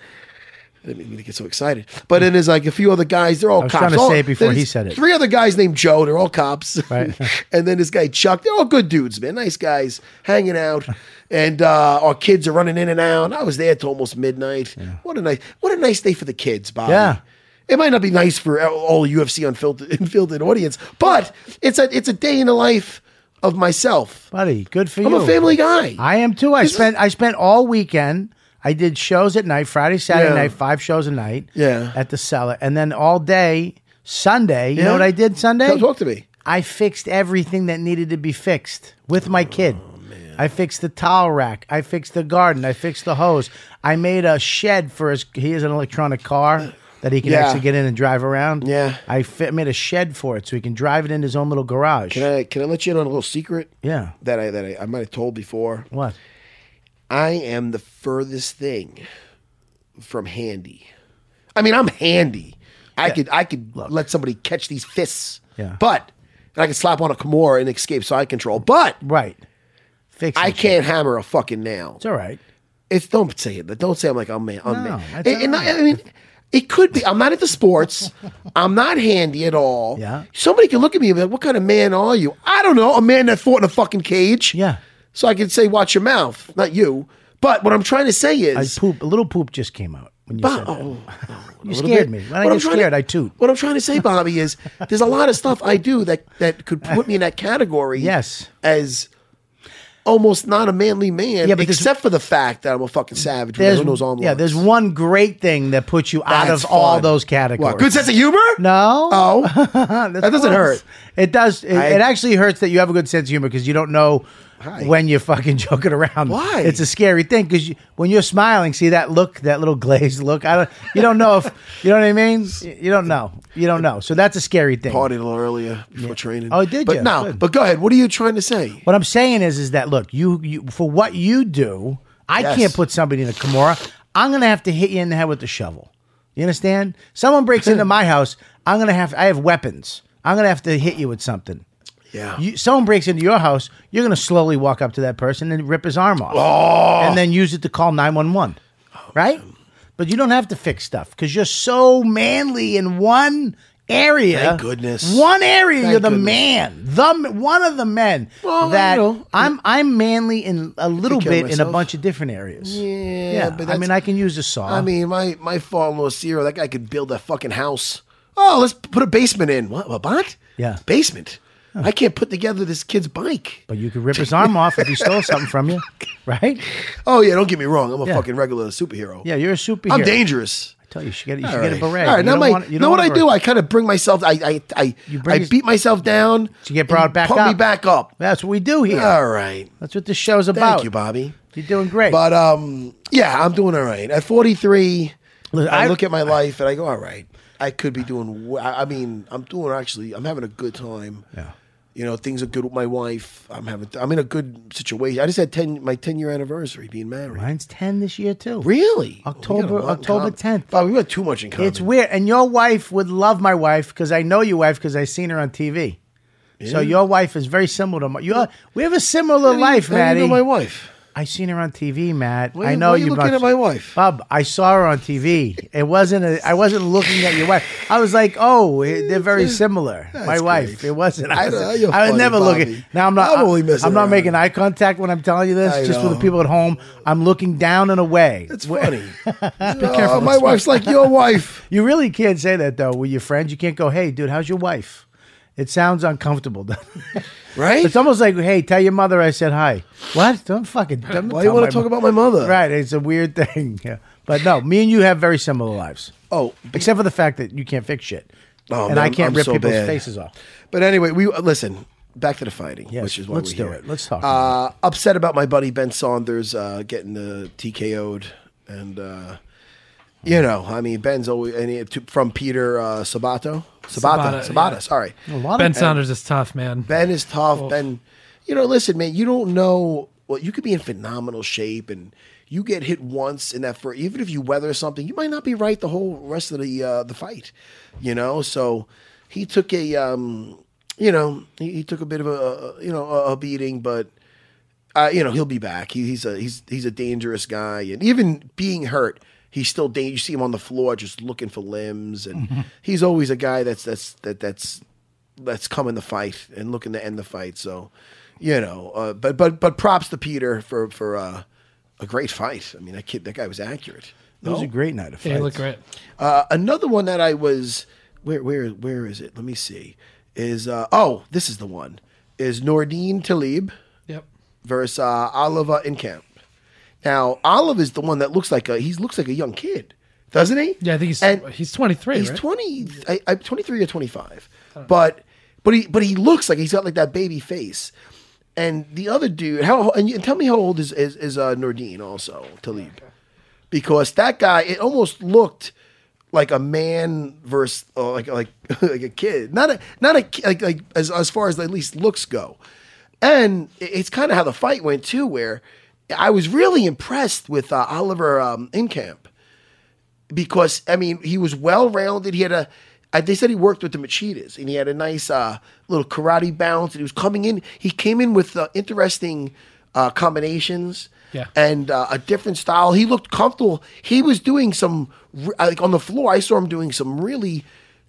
A: I didn't mean to get so excited. But then there's like a few other guys. They're all
C: I was
A: cops.
C: trying to
A: All-
C: say it before
A: there's
C: he said it.
A: Three other guys named Joe. They're all cops.
C: Right.
A: and then this guy Chuck. They're all good dudes, man. Nice guys hanging out. And uh, our kids are running in and out. I was there till almost midnight. What a nice, what a nice day for the kids, Bobby.
C: Yeah.
A: It might not be nice for all UFC unfiltered, unfiltered audience, but it's a it's a day in the life of myself.
C: buddy. Good for
A: I'm
C: you.
A: a family guy.
C: I am too. I
A: This is-
C: spent I spent all weekend. I did shows at night, Friday, Saturday
A: Yeah.
C: night, five shows a night.
A: Yeah.
C: At the cellar, and then all day Sunday. You know
A: Yeah.
C: what I did Sunday?
A: Don't talk to me.
C: I fixed everything that needed to be fixed with my kid.
A: Oh,
C: I fixed the towel rack. I fixed the garden. I fixed the hose. I made a shed for his. He has an electronic car that he can
A: Yeah.
C: actually get in and drive around.
A: Yeah.
C: I fi- made a shed for it so he can drive it in his own little garage.
A: Can I can I let you in on a little secret?
C: yeah.
A: that I that I, I might have told before.
C: What?
A: I am the furthest thing from handy. I mean, I'm handy. I could I could let somebody catch these fists.
C: Yeah.
A: But and I could slap on a Kimura and escape side control. But
C: Right. Fix.
A: I
C: it.
A: can't hammer a fucking nail.
C: It's all right.
A: It's don't say it. Don't say I'm like I'm man. I'm
C: No,
A: man.
C: that's
A: And- and
C: all
A: I- I mean, it could be. I'm not into sports. I'm not handy at all.
C: Yeah.
A: Somebody can look at me and be like, "What kind of man are you?" I don't know. A man that fought in a fucking cage.
C: Yeah.
A: So I can say, "Watch your mouth," not you. But what I'm trying to say
C: I
A: is,
C: poop. A little poop just came out when you
A: Bo-
C: said that.
A: oh,
C: You
A: a little
C: scared me.
A: bit.
C: When I
A: What I'm
C: get
A: trying to-
C: scared, I toot.
A: What I'm trying to say, Bobby, is there's a lot of stuff I do that that could put me in that category.
C: Yes.
A: As almost not a manly man,
C: Yeah, but there's-
A: except for the fact that I'm a fucking savage. There's knows arm
C: yeah,
A: locks.
C: there's one great thing that puts you out of
A: That's
C: all
A: fun.
C: those categories.
A: What, good sense of humor?
C: No.
A: Oh, that doesn't hurt.
C: It does. It,
A: I-
C: it actually hurts that you have a good sense of humor because you don't know when you're fucking joking around.
A: Why?
C: It's a scary thing because you, when you're smiling, see that look, that little glazed look. I don't. You don't know if you know what I mean. You you don't know. You don't know. So that's a scary thing.
A: partied a little earlier before training.
C: Oh, did
A: but
C: ya?
A: no,
C: Good.
A: but go ahead. What are you trying to say?
C: What I'm saying is, is that look, you, you for what you do, I
A: Yes.
C: can't put somebody in a Kimura. I'm gonna have to hit you in the head with the shovel. You understand? Someone breaks into my house. I'm gonna have. I have weapons. I'm gonna have to hit you with something.
A: Yeah.
C: You, someone breaks into your house. You're gonna slowly walk up to that person and rip his arm off,
A: Oh.
C: and then use it to call nine one one, right? But you don't have to fix stuff because you're so manly in one area.
A: Thank goodness.
C: One area
A: Thank
C: you're the
A: goodness.
C: man, the one of the men
A: Well, I
C: that
A: know.
C: I'm. I'm manly in a little
A: Take care of
C: bit in a
A: myself.
C: bunch of different areas.
A: Yeah, but
C: I
A: that's-
C: mean, I can use a saw.
A: I mean, my my father-in-law Ciro, that guy could build a fucking house. Oh, let's put a basement in. What? What? what?
C: Yeah.
A: basement. I can't put together this kid's bike.
C: but you could rip his arm off if he stole something from you, right?
A: Oh yeah, don't get me wrong. I'm a
C: Yeah.
A: fucking regular superhero.
C: Yeah, you're a superhero.
A: I'm dangerous.
C: I tell you, you should get, you should
A: All
C: get
A: right.
C: a beret.
A: All right,
C: You
A: now
C: don't
A: my,
C: want- you
A: you
C: don't
A: know what
C: want
A: I
C: a
A: do?
C: beret.
A: I kind of bring myself. I I I,
C: You bring
A: I
C: your-
A: beat myself down
C: To get brought
A: and
C: back
A: pump
C: up.
A: me back up.
C: That's what we do here.
A: All right,
C: That's what this show's about.
A: thank you, Bobby.
C: You're doing great.
A: But um, yeah, I'm doing all right. At 43,
C: Look,
A: I,
C: I-
A: look at my life and I go, all right, I could be doing. w- I I mean, I'm doing actually. I'm having a good time. Yeah. You know, things are good with my wife. I'm having. I'm in a good situation. I just had ten my 10 year anniversary being married.
C: Mine's ten this year too.
A: Really? We
C: October-
A: got a lot in
C: October
A: common.
C: 10th.
A: Bobby, we got too much in common.
C: It's weird. And your wife would love my wife because I know your wife because I seen her on TV. So your wife is very similar to my. Your, we have a similar life,
A: How do you- how do
C: Maddie.
A: you know my wife.
C: I seen her on TV, Matt.
A: Why-
C: I know
A: why are you looking
C: must-
A: at my wife?
C: Bob. I saw her on TV. It wasn't. A, I wasn't looking at your wife. I was like, oh, eh, they're very similar. my wife.
A: great.
C: It wasn't.
A: I
C: I,
A: know,
C: was,
A: you're
C: I would
A: funny,
C: never look at.
A: Bobby.
C: Now I'm not.
A: I'm
C: I'm,
A: only messing
C: I'm not
A: around.
C: making eye contact when I'm telling you this.
A: I
C: just for the
A: know.
C: people at home, I'm looking down and away.
A: It's funny. Be careful. My wife's like your wife.
C: You really can't say that though with your friends. You can't go, "Hey, dude, how's your wife?" It sounds uncomfortable. doesn't it?
A: Right?
C: It's almost like, "Hey, tell your mother I said hi." What? Don't fucking. Don't
A: Why do you want to talk about my mother?
C: Right? It's a weird thing. Yeah. But no, me and you have very similar lives,
A: Oh,
C: except for the fact that you can't fix shit,
A: Oh,
C: and
A: man,
C: I
A: I'm-
C: can't
A: I'm
C: rip
A: so
C: people's
A: bad.
C: faces off.
A: But anyway, we uh, listen back to the fighting,
C: Yes,
A: which is why
C: let's
A: we're
C: do
A: here.
C: it. Let's talk about
A: Uh, upset about my buddy Ben Saunders uh, getting the TKO'd, and uh, you know, I mean, Ben's always and he, to, from Peter uh, Sabato, Sabata,
E: Sabata,
A: Sabata.
E: yeah.
A: Sorry,
C: lot
E: Ben Saunders is tough, man.
A: Ben is tough. Ben, you know, listen, man, you don't know. Well, you could be in phenomenal shape, and you get hit once in that first. Even if you weather something, you might not be right the whole rest of the uh, the fight. You know, so he took a, um, you know, he, he took a bit of a, a- you know, a, a beating, but uh, you know, he'll be back. He, he's a he's he's a dangerous guy, and even being hurt, he's still dangerous. You see him on the floor just looking for limbs, and he's always a guy that's that's that that's that's coming to fight and looking to end the fight. So, you know, uh, but but but props to Peter for for uh, a great fight. I mean, that kid, that guy was accurate.
C: It was
A: No?
C: a great night of
E: Yeah,
C: fights.
E: you look great.
A: Uh, another one that I was where where where is it? Let me see. Is uh, oh, this is the one. Is Nordine Talib
E: Yep.
A: versus uh, Oliver and Camp. Now, Olive is the one that looks like a he looks like a young kid, doesn't he?
E: Yeah, I think he's
A: And
E: he's 23.
A: he's
E: right?
A: 20 I, I, 23 or 25 but but he but he looks like he's got like that baby face and the other dude how and, you, tell me how old is is, is uh, Nordine also Talib because that guy it almost looked like a man versus uh, like like like a kid not a not a ki- like like as as far as at least looks go and it- it's kind of how the fight went too where I was really impressed with uh, Oliver um, Incamp because I mean he was well rounded. He had a I- they said he worked with the Machitas and he had a nice uh, little karate bounce and he was coming in. He came in with uh, interesting uh, combinations
E: Yeah.
A: and uh, a different style. He looked comfortable. He was doing some re- like on the floor. I saw him doing some really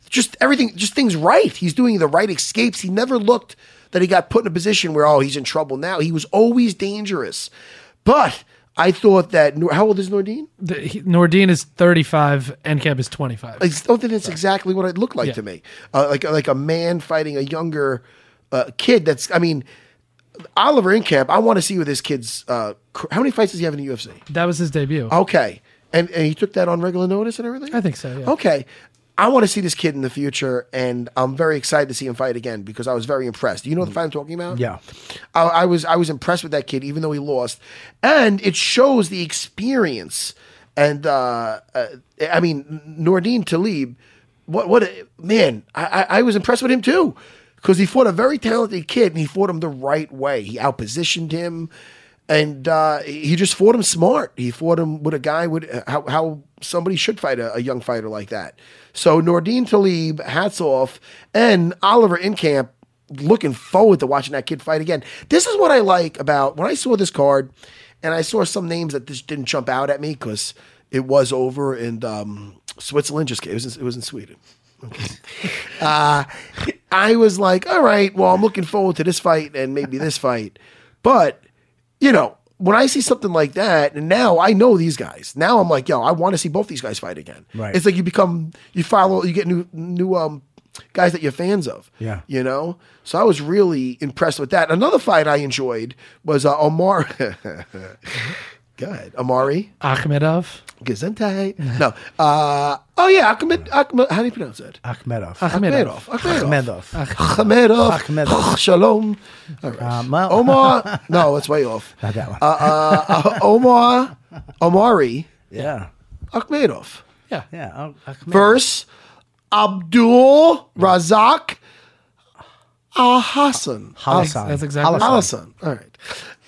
A: just everything, just things right. He's doing the right escapes. He never looked that he got put in a position where oh he's in trouble now. He was always dangerous. But I thought that Nor- how old is Nordine?
E: The, he, Nordine is 35. Encamp is 25.
A: I don't think that's oh, exactly what it looked like
E: Yeah.
A: to me. Uh, like like a man fighting a younger uh, kid. That's I mean, Oliver Incamp. I want to see what this kid's. Uh, cr- how many fights does he have in the UFC?
E: that was his debut.
A: Okay, and and he took that on regular notice and everything.
E: I think so, yeah.
A: Okay, I want to see this kid in the future, and I'm very excited to see him fight again because I was very impressed. You know
E: Mm.
A: the fight I'm talking about?
C: Yeah.
A: I, I was I was impressed with that kid, even though he lost, and it shows the experience. And uh, uh, I mean, Nordine Talib, what what a, man? I, I I was impressed with him too, because he fought a very talented kid, and he fought him the right way. He outpositioned him, and uh, he just fought him smart. He fought him with a guy with uh, how how somebody should fight a, a young fighter like that. So Nordine Talib, hats off, and Oliver Incamp looking forward to watching that kid fight again. This is what I like about when I saw this card, and I saw some names that just didn't jump out at me because it was over in um, Switzerland. Just it was in, it was in Sweden. Okay. uh, I was like, all right, well, I'm looking forward to this fight and maybe this fight, but you know. When I see something like that, and now I know these guys. Now I'm like, yo, I want to see both these guys fight again.
C: Right.
A: It's like you become, you follow, you get new, new um, guys that you're fans of.
C: Yeah.
A: You know? So I was really impressed with that. Another fight I enjoyed was uh, Omar. God. Amari
E: Akhmedov.
A: Gesundheit. No. Uh, oh, yeah. Ahmed, Ahmed, how do you pronounce that?
C: Akhmedov.
E: Akhmedov.
A: Akhmedov.
C: Akhmedov.
A: Akhmedov.
C: Akhmedov.
A: Shalom. All right.
C: Um, well-
A: Omar. No, it's way off.
C: Not that one.
A: Uh, uh, Omar. Omari
C: yeah.
A: Akhmedov.
E: Yeah.
C: Yeah. Oh, Akhmedov.
A: Verse Abdul Razak Al Hassan.
C: Hassan.
E: That's exactly right.
A: Allison. All right.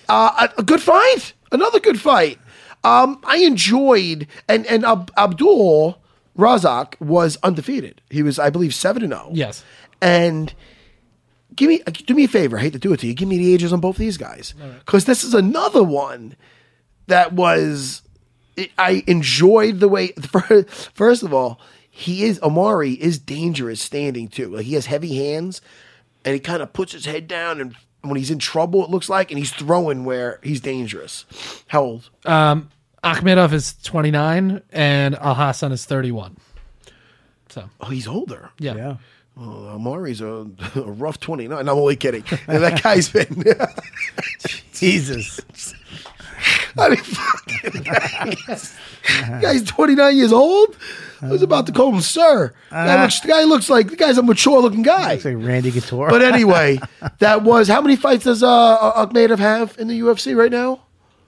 A: Uh, a, a good fight. Another good fight. Um, I enjoyed and and Ab- Abdul Razak was undefeated. He was, I believe, seven and oh. zero.
E: Yes.
A: And give me uh, do me a favor. I hate to do it to you. Give me the ages on both these guys because this is another one that was. It, I enjoyed the way. First of all, he is Amari is dangerous standing too. Like he has heavy hands, and he kind of puts his head down and. When he's in trouble, it looks like, and he's throwing where he's dangerous. How old?
E: Um, Akhmedov is 29 and Al Hassan is 31. So,
A: Oh, he's older.
E: yeah.
C: Yeah.
A: Oh, Amari's a, a rough 29. No, I'm only kidding. that guy's been.
C: Jesus.
A: I mean, fucking guys. guy's 29 years old. I was about to call him sir.
C: Uh-huh.
A: guy, looks, the guy looks like the guy's a mature looking guy.
C: It's like Randy Couture.
A: But uh, anyway, that was how many fights does uh, Akhmadov have in the UFC right now?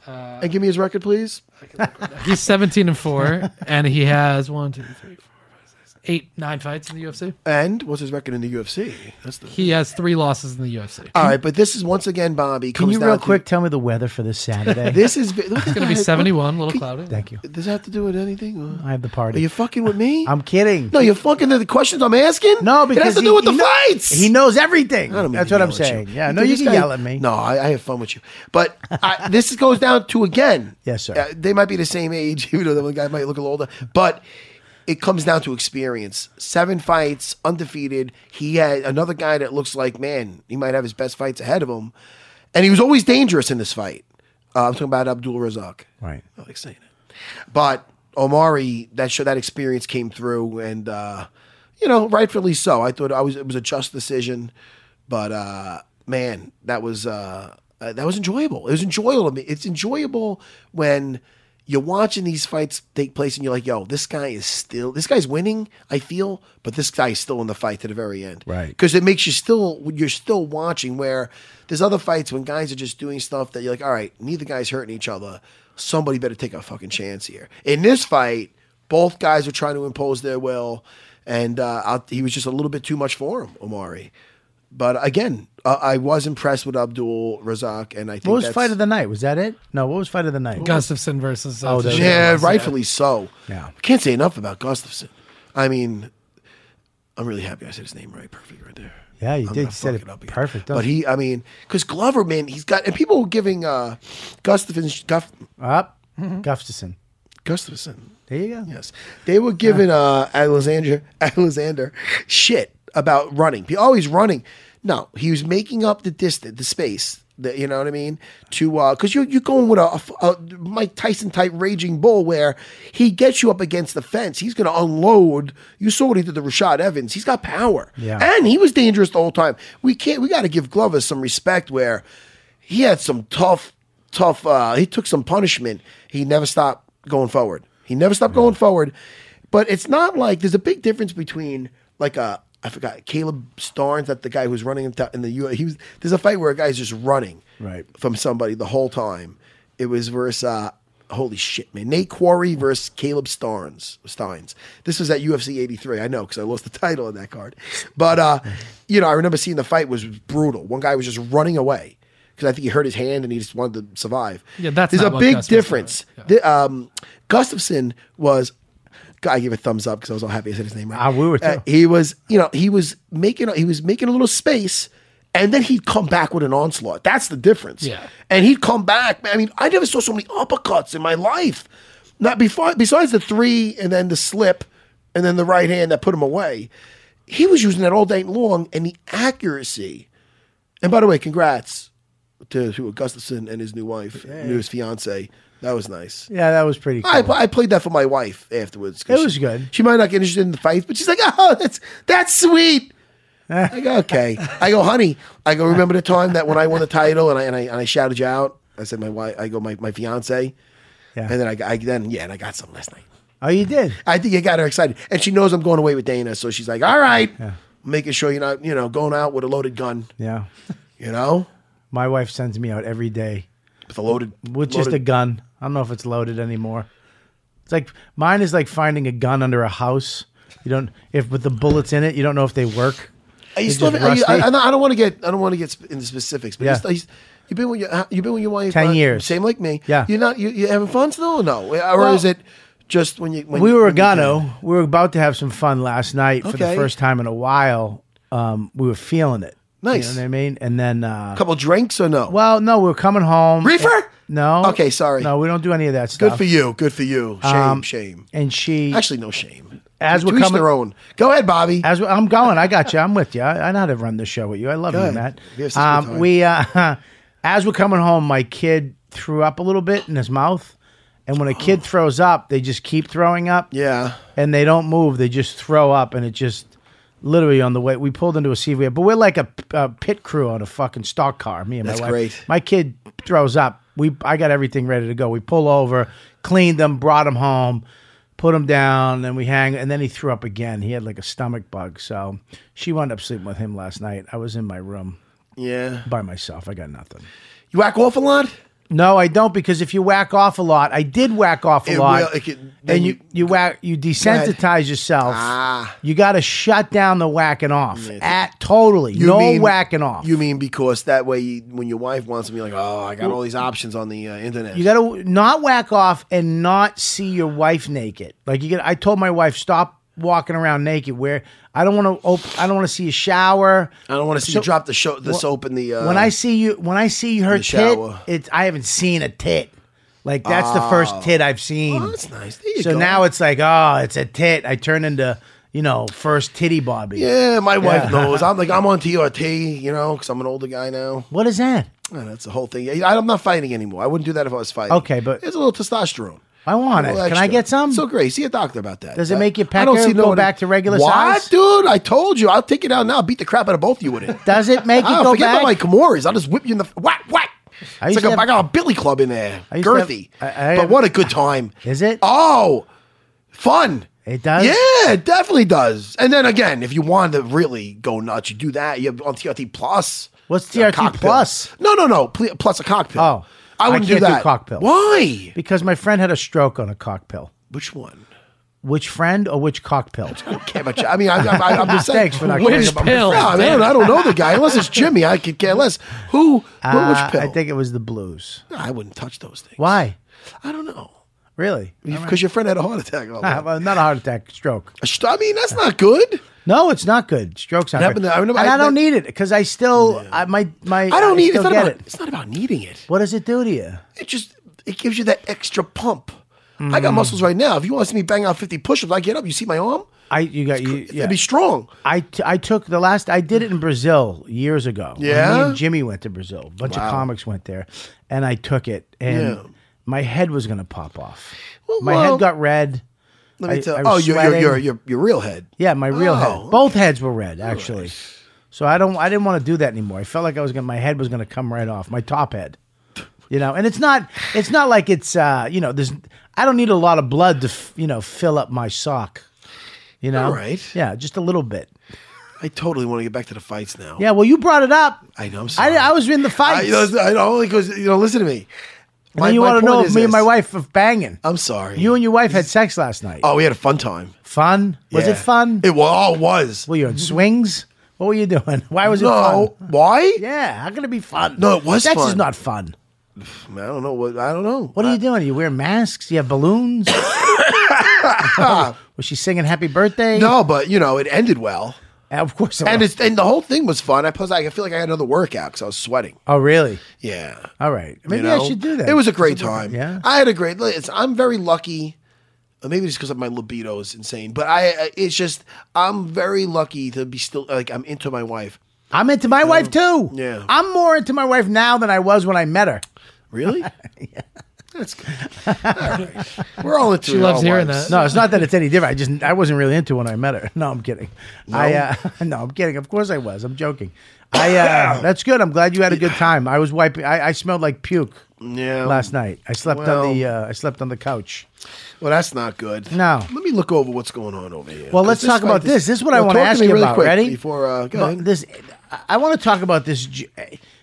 E: Uh,
A: and give me his record, please.
E: He's 17 and 4 and he has one, two, three, four, five, six, eight, nine fights in the UFC.
A: And what's his record in the UFC? That's the.
E: He has three losses in the UFC.
A: All right, but this is once again Bobby.
C: Can
A: comes
C: you
A: down
C: real
A: to-
C: quick tell me the weather for this Saturday?
A: This is it's
E: It's going to be 71, a little cloudy.
C: Thank you.
A: Does that have to do with anything?
C: I have the
A: Are
C: party.
A: you fucking with me?
C: I'm kidding.
A: no, you're fucking the, the questions I'm asking.
C: No, because
A: it has to
C: he-
A: do with the
C: he kno-
A: fights.
C: He knows everything.
A: I don't mean
C: That's
A: to
C: what I'm
A: yell at
C: saying. Yeah,
A: Dude,
C: no, you
A: this
C: can
A: guy-
C: yell at me.
A: No, I, I have fun with you. But I, this goes down to again. uh,
C: Yes, sir.
A: they might be the same age, even though the one guy might look a little older. But it comes down to experience. Seven fights, undefeated. He had another guy that looks like man. He might have his best fights ahead of him, and he was always dangerous in this fight. Uh, I'm talking about Abdul Razak.
C: Right.
A: I like saying it. But Omari, that show, that experience came through, and uh, you know, rightfully so. I thought I was it was a just decision, but uh, man, that was uh, uh, that was enjoyable. It was enjoyable to me. It's enjoyable when you're watching these fights take place, and you're like, "Yo, this guy is still this guy's winning." I feel, but this guy is still in the fight to the very end,
C: Right.
A: Because it makes you still you're still watching. Where there's other fights when guys are just doing stuff that you're like, "All right, neither guy's hurting each other." Somebody better take a fucking chance here. In this fight, both guys were trying to impose their will, and uh, out- he was just a little bit too much for him, Omari. But again, uh, I was impressed with Abdul Razak, and I think
C: What was
A: that's-
C: fight of the night? Was that it? No, what was fight of the night?
E: Gustafson versus. uh,
C: Oh, there it
A: Yeah, rightfully so.
C: Yeah.
A: Can't say enough about Gustafson. I mean, I'm really happy I said his name right. Perfect right there.
C: Yeah, you
A: I'm
C: did.
A: gonna
C: You said
A: fuck
C: it
A: up again.
C: perfect, don't
A: But he, I mean, because Glover, man, he's got, and people were giving uh, Gustafson, Guf,
C: Up, Gustafson.
A: Gustafson,
C: There you go.
A: Mm-hmm. yes. They were giving uh, Alexander, Alexander shit about running. He always running. No, he was making up the distance, the space. The, you know what I mean? To uh, because you're you're going with a, a Mike Tyson type raging bull where he gets you up against the fence. He's going to unload. You saw what he did to Rashad Evans. He's got power,
C: Yeah.
A: and he was dangerous the whole time. We can't. We got to give Glover some respect where he had some tough, tough. Uh, he took some punishment. He never stopped going forward. He never stopped going forward. But it's not like there's a big difference between like a I forgot Caleb Starnes, that the guy who's running in, t- in the U. He was there's a fight where a guy's just running
C: Right.
A: from somebody the whole time. It was versus uh, holy shit, man, Nate Quarry versus Caleb Starnes. Steins. This was at UFC 83. I know because I lost the title on that card. But uh, you know, I remember seeing the fight was brutal. One guy was just running away because I think he hurt his hand and he just wanted to survive.
E: Yeah, that's
A: there's
E: not
A: a
E: what
A: big
E: Gustafson
A: difference. The, um, Gustafson was. I give a thumbs up because I was all happy I said his name right.
C: Ah, we were too.
A: he was, you know, he was making he was making a little space, and then he'd come back with an onslaught. That's the difference.
E: Yeah.
A: And he'd come back. I mean, I never saw so many uppercuts in my life. Not before besides the three and then the slip and then the right hand that put him away. He was using that all day long and the accuracy. And by the way, congrats to, to Gustafson and his new wife, new his fiance. That was nice.
C: Yeah, that was pretty. Cool.
A: I, I played that for my wife afterwards. 'cause
C: It was
A: she-
C: good.
A: She might not get interested in the fights, but she's like, "Oh, that's that's sweet." I go, "Okay." I go, "Honey," I go, "Remember the time that when I won the title and I and I, and I shouted you out?" I said, "My wife," I go, "My my fiance,"
C: yeah.
A: and then I, I then yeah, and I got some last night.
C: oh, you did.
A: I think it got her excited, and she knows I'm going away with Dana, so she's like, "All right," making sure you're not you know going out with a loaded gun,
C: Yeah.
A: you know,
C: My wife sends me out every day
A: with a loaded
C: with
A: loaded,
C: just a gun. I don't know if it's loaded anymore. It's like mine is like finding a gun under a house. You don't if with the bullets in it, you don't know if they work.
A: Are you
C: It's
A: still?
C: just
A: Are you, I,
C: rusty.
A: I don't- I don't want to get. I don't want to get sp- into specifics. But
C: Yeah.
A: yeah. you have been with your. You've been with your wife
C: 10
A: uh,
C: years.
A: Same like me.
C: Yeah.
A: You're not. You, you having fun still? Or no. Or
C: Well,
A: is it just when you? When
C: we
A: you-
C: were
A: when you
C: gano. We were about to have some fun last night for the
A: Okay.
C: first time in a while. Um, we were feeling it.
A: Nice.
C: You know what I mean? And then
A: can?
C: uh,
A: A couple drinks or no?
C: well, no, we were coming home.
A: Reefer?
C: No.
A: Okay, sorry.
C: No, we don't do any of that stuff. Um,
A: Good for you. Good for you. Shame. shame.
C: And she
A: Actually, no shame.
C: As
A: To-
C: we're
A: to each
C: coming-
A: their own. Go ahead, Bobby.
C: As we- I'm going, I got you. I'm with you. I, I know how to run the show with you. I love you,
A: Good.
C: Matt.
A: Yes, it's a good
C: Um,
A: time.
C: we uh, as we're coming home, my kid threw up a little bit in his mouth, and when a kid throws up, they just keep throwing up.
A: yeah.
C: and they don't move. They just throw up, and it just literally on the way. We pulled into a CV, but we're like a, a pit crew on a fucking stock car. Me and
A: That's
C: my wife.
A: great.
C: My kid throws up. We I got everything ready to go. We pull over, cleaned them, brought him home, put him down, and we hang. And then he threw up again. He had like a stomach bug, so she wound up sleeping with him last night. I was in my room
A: Yeah.
C: by myself. I got nothing.
A: You whack off a lot.
C: No, I don't because if you whack off a lot, I did whack off a
A: It
C: lot.
A: will- it can- then
C: and you
A: you-
C: you whack you desensitize yourself.
A: Ah.
C: You got to shut down the whacking off at totally.
A: You
C: no
A: mean-
C: whacking off.
A: You mean because that way, you, when your wife wants to be like, oh, I got all these options on the uh, internet.
C: You got to not whack off and not see your wife naked. Like you get, I told my wife stop walking around naked. Where I don't want to, op- I don't want to see a shower.
A: I don't want to see
C: So-
A: you drop the, sho- the soap in the. Uh,
C: when I see you, when I see her
A: the
C: tit,
A: shower.
C: it's I haven't seen a tit. Like that's the first tit I've seen.
A: Oh, that's nice. There you
C: so
A: go.
C: now it's like, oh, it's a tit. I turn into, you know, first titty Bobby.
A: Yeah, my wife
C: Yeah.
A: knows. I'm like, I'm on TRT, you know, because I'm an older guy now.
C: What is that?
A: Oh, that's the whole thing. Yeah, I'm not fighting anymore. I wouldn't do that if I was fighting.
C: Okay, but-
A: there's a little testosterone.
C: I want it.
A: Well,
C: Can I
A: extra.
C: get some?
A: So great. See a doctor about that.
C: Does it
A: That-
C: make your
A: I don't
C: pecker
A: see
C: go
A: no-
C: back to regular
A: what?
C: size?
A: dude? I told you. I'll take it out now. I'll beat the crap out of both of you with it.
C: Does it make
A: I
C: you
A: don't
C: go
A: Ah, forget
C: back?
A: about my Kimuras. I'll just whip you in the whack whack.
C: I
A: it's
C: used
A: like
C: to
A: a,
C: have-
A: I got a billy club in there,
C: I used to have-
A: girthy.
C: I- I-
A: but what a good time!
C: Is it?
A: Oh, fun.
C: It does?
A: Yeah, it definitely does. And then again, if you want to really go nuts, you do that. You have on TRT Plus.
C: What's
A: A
C: TRT
A: cock pill.
C: Plus?
A: No, no, no. pl- Plus a cockpit.
C: Oh. I
A: I wouldn't
C: can't
A: do
C: do
A: that.
C: cock pill.
A: Why?
C: because my friend had a stroke on a cock pill.
A: Which one?
C: Which friend or which cock pill?
A: Can't much. I mean, I, I, I'm just saying.
C: Thanks for not
A: Which-
C: caring
E: about my pill?
A: No, I, mean, I don't, I don't know the guy unless it's Jimmy. I could care less. Who? who-
C: Uh,
A: which pill?
C: I think it was the blues.
A: I wouldn't touch those things.
C: Why?
A: I don't know.
C: Really?
A: Because your friend had a heart attack. all
C: Ah,
A: that.
C: well, Not a heart attack, stroke.
A: A st- I mean, that's not good.
C: No, it's not good. Stroke's not
A: That happened
C: good.
A: to- I remember-
C: and I,
A: I-
C: don't
A: that-
C: need it because I still, I, my, my,
A: I don't need.
C: still
A: It's not
C: get
A: about.
C: it.
A: It's not about needing it.
C: What does it do to you?
A: It just it gives you that extra pump. I
C: Mm.
A: got muscles right now. If you want to see me bang out 50 push-ups, I get up. You see my arm?
C: I, you got, you, yeah.
A: It'd be strong.
C: I, t- I took the last I did it in Brazil years ago. When
A: Yeah?
C: me and Jimmy went to Brazil. A bunch of comics went there, and I took it, and
A: Yeah.
C: my head was gonna pop off.
A: Well,
C: my
A: well,
C: head got red.
A: Let me
C: I-
A: tell.
C: I
A: oh,
C: was
A: your, your your
C: sweating.
A: your your real head.
C: Yeah, my real head.
A: Oh,
C: Both heads were red actually. So I don't I didn't want to do that anymore. I felt like I was gonna my head was gonna come right off my top head. You know, and it's not it's not like it's uh you know there's I don't need a lot of blood to f- you know fill up my sock. You know,
A: All right.
C: Yeah, just a little bit.
A: I totally want to get back to the fights now.
C: Yeah, well, you brought it up.
A: I know. I'm
C: I,
A: sorry.
C: I was in the
A: I,
C: fight.
A: you know, I know only because you know. Listen to me.
C: and then you want to
A: point
C: know if
A: is
C: me and
A: this.
C: my wife are banging.
A: I'm sorry.
C: you and your wife had sex last night.
A: Oh, we had a fun time.
C: Fun? Was
A: Yeah.
C: it fun?
A: It was. Oh, it was.
C: were you on swings? What were you doing? Why was it
A: no.
C: fun?
A: Why?
C: Yeah, how can it be fun?
A: No, it was
C: Sex is
A: fun.
C: not fun.
A: I don't know. What I don't know.
C: What are you doing? You wear masks? You have balloons? was she singing happy birthday?
A: No, but you know, it ended well,
C: And Of course it
A: and
C: was.
A: it's and the whole thing was fun. I plus I feel like I had another workout because I was sweating.
C: Oh, really?
A: Yeah,
C: All right. Maybe
A: you know?
C: I should do that.
A: It was a great time.
C: Yeah.
A: I had a great. It's, I'm very lucky. uh, Maybe it's because of my libido is insane, but I. uh, It's just I'm very lucky to be still like I'm into my wife.
C: I'm into my wife too.
A: Yeah.
C: I'm more into my wife now than I was when I met her.
A: Really? That's good. All right. We're all into.
E: She loves
A: our
E: hearing
A: wives.
E: that.
C: No, it's not that it's any different. I just I wasn't really into it when I met her. No, I'm kidding. I uh, no, I'm kidding. Of course I was. I'm joking. I uh, that's good. I'm glad you had a good time. I was wiping. I, I smelled like puke
A: Yeah.
C: last night. I slept on the uh, I slept on the couch.
A: Well, that's not good.
C: No.
A: Let me look over what's going on over here.
C: Well,
A: 'Cause
C: let's talk
A: might-
C: about this. This is what I
A: Well,
C: want to
A: talk
C: ask
A: me
C: you
A: really
C: about.
A: quick
C: Ready?
A: Before uh, go
C: But
A: ahead.
C: This I- I want to talk about this. J-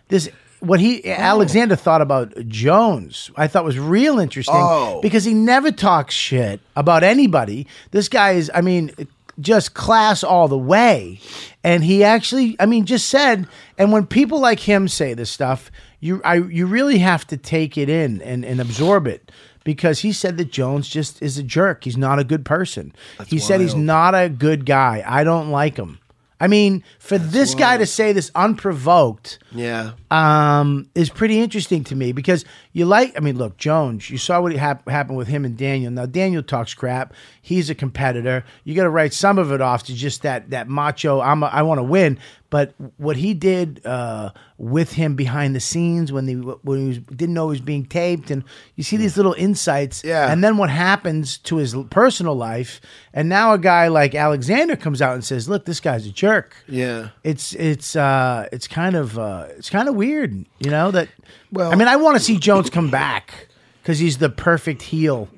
C: This what he
A: Oh.
C: Alexander thought about Jones. I thought was real interesting
A: Oh.
C: because he never talks shit about anybody. This guy is, I mean, just class all the way, and he actually, I mean, just said. And when people like him say this stuff, you I you really have to take it in and and absorb it. Because he said that Jones just is a jerk. He's not a good person. he said he's
A: wild.
C: not a good guy. I don't like him. I mean, for this guy to say this unprovoked
A: yeah.
C: um, is pretty interesting to me because you like, I mean, look, Jones, you saw what hap- happened with him and Daniel. Now, Daniel talks crap. He's a competitor. You got to write some of it off to just that, that macho, I'm a, I want to win. But what he did uh, with him behind the scenes when, the, when he was, didn't know he was being taped, and you see these little insights.
A: Yeah.
C: And then what happens to his l- personal life. And now a guy like Alexander comes out and says, look, this guy's a jerk
A: Yeah.
C: it's it's uh it's kind of uh it's kind of weird you know that well
A: Well-
C: i mean i want to see jones come back because he's the perfect heel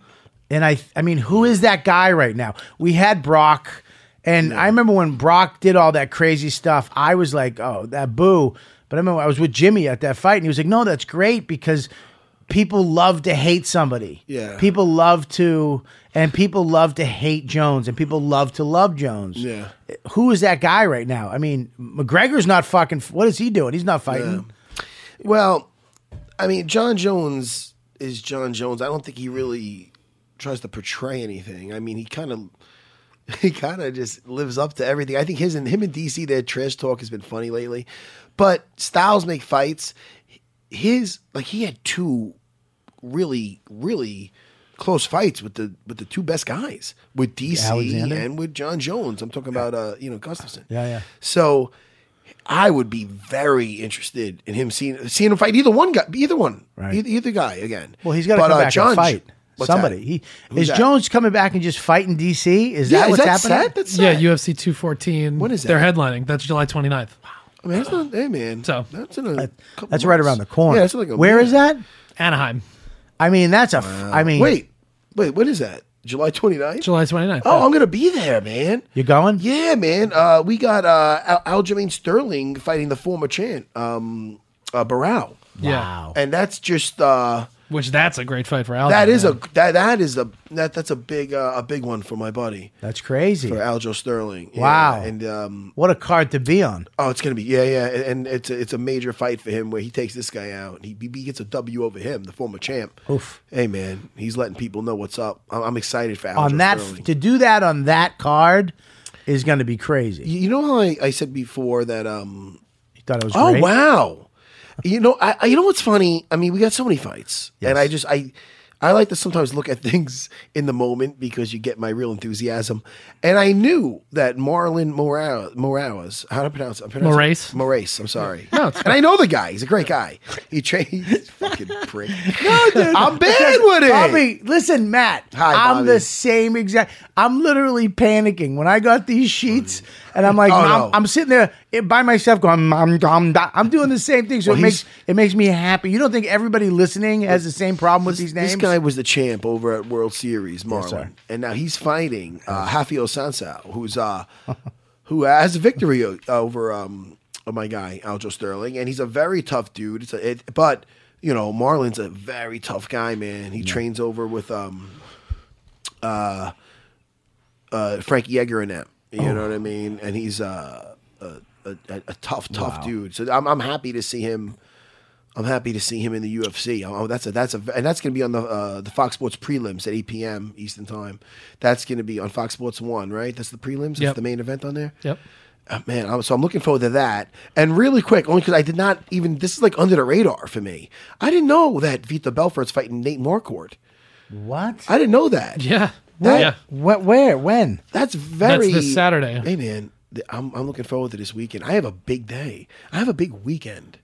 C: and i i mean who is that guy right now we had brock and i remember when brock did all that crazy stuff i was like oh that boo but i remember i was with jimmy at that fight and he was like no that's great because people love to hate somebody.
A: Yeah.
C: People love to, and people love to hate Jones, and people love to love Jones.
A: Yeah.
C: Who is that guy right now? I mean, McGregor's not fucking. What is he doing? He's not fighting.
A: Well, I mean, John Jones is John Jones. I don't think he really tries to portray anything. I mean, he kind of he kind of just lives up to everything. I think his and him and DC their trash talk has been funny lately. But Styles make fights. His like he had two really really close fights with the with the two best guys with DC
C: Alexander?
A: and with John Jones. I'm talking about uh you know Gustafson.
C: Yeah, yeah.
A: So I would be very interested in him seeing seeing him fight either one guy, either one,
C: Right.
A: either, either guy again.
C: Well, he's got to
A: But,
C: come
A: uh,
C: back and fight
A: what's
C: somebody.
A: that?
C: He
A: Who's
C: is
A: that?
C: Jones coming back and just fighting DC. Is
A: Yeah,
C: that
A: is
C: what's
A: that
C: happening?
A: set? That's
E: Yeah,
A: set.
E: UFC 214.
A: When is
E: They're
A: that?
E: headlining. That's July 29th.
A: I mean, that's not, hey man,
E: So-
A: that's in a couple
C: That's right
A: months.
C: around the corner.
A: Yeah, that's like a
C: Where is that?
E: Anaheim,
C: I mean, that's a. f- I mean,
A: Wait, wait, what is that? July 29th?
E: July 29th.
A: Oh, I'm gonna be there, man.
C: you going?
A: Yeah, man. Uh, we got uh, Al- Aljamain Sterling fighting the former champ, um, uh, Barao,
E: yeah.
C: Wow.
A: and that's just. Uh,
E: Which that's a great fight for Al.
A: that is a that that is a that that's a big uh, a big one for my buddy
C: That's crazy.
A: for Aljo Sterling. Yeah,
C: Wow.
A: and um,
C: What a card to be on.
A: Oh, it's gonna be yeah, yeah, and- and it's a, it's a major fight for him where he takes this guy out. and He he gets a W over him, the former champ.
C: Oof.
A: Hey man, he's letting people know what's up. I'm, I'm excited for Aljo
C: on that
A: Sterling.
C: to do that on that card is going to be crazy.
A: You you know how I, I said before that um
C: You thought it was
A: Oh
C: great?
A: wow! You know, I, I you know what's funny? I mean, we got so many fights, and I just I I like to sometimes look at things in the moment because you get my real enthusiasm. And I knew that Marlon Morales, Morales, how to pronounce it? I'm pronouncing-
E: Moraes?
A: Moraes. I'm sorry.
E: No, it's
A: and I know the guy. He's a great guy. He trains. fucking prick. no, dude. I'm bad with it.
C: Bobby, listen, Matt.
A: Hi,
C: I'm
A: Bobby.
C: the same exact. I'm literally panicking when I got these sheets, and I'm like,
A: Oh,
C: I'm,
A: no.
C: I'm sitting there eh, by myself, going, "Mom, dom, da." I'm doing the same thing. So
A: Well,
C: it makes
A: he's-
C: it makes me happy. You don't think everybody listening has the same problem with these names?
A: This guy was the champ over at World Series, Marlon,
C: sir.
A: and now he's fighting uh, Rafael Sansao, who's uh, who has a victory o- over um, oh my guy Aljo Sterling, and he's a very tough dude. It's a, it, but you know Marlon's a very tough guy, man. He trains over with um, uh, Frank Yeager in that. You
E: Oh.
A: know what I mean? And he's uh, a, a, a, a tough, tough dude. So I'm, I'm happy to see him. I'm happy to see him in the UFC. Oh, that's a that's a and that's going to be on the uh, the Fox Sports prelims at 8 p.m. Eastern time. That's going to be on Fox Sports One, right? That's the prelims. That's
E: Yep.
A: the main event on there.
E: Yep.
A: Oh, man, I'm, so I'm looking forward to that. And really quick, only because I did not even this is like under the radar for me. I didn't know that Vita Belfort's fighting Nate Marquardt.
C: what?
A: I didn't know that.
E: Yeah.
A: That-
E: Yeah.
C: What? Where? When?
A: That's very.
E: this Saturday.
A: Hey man, th- I'm I'm looking forward to this weekend. I have a big day. I have a big weekend.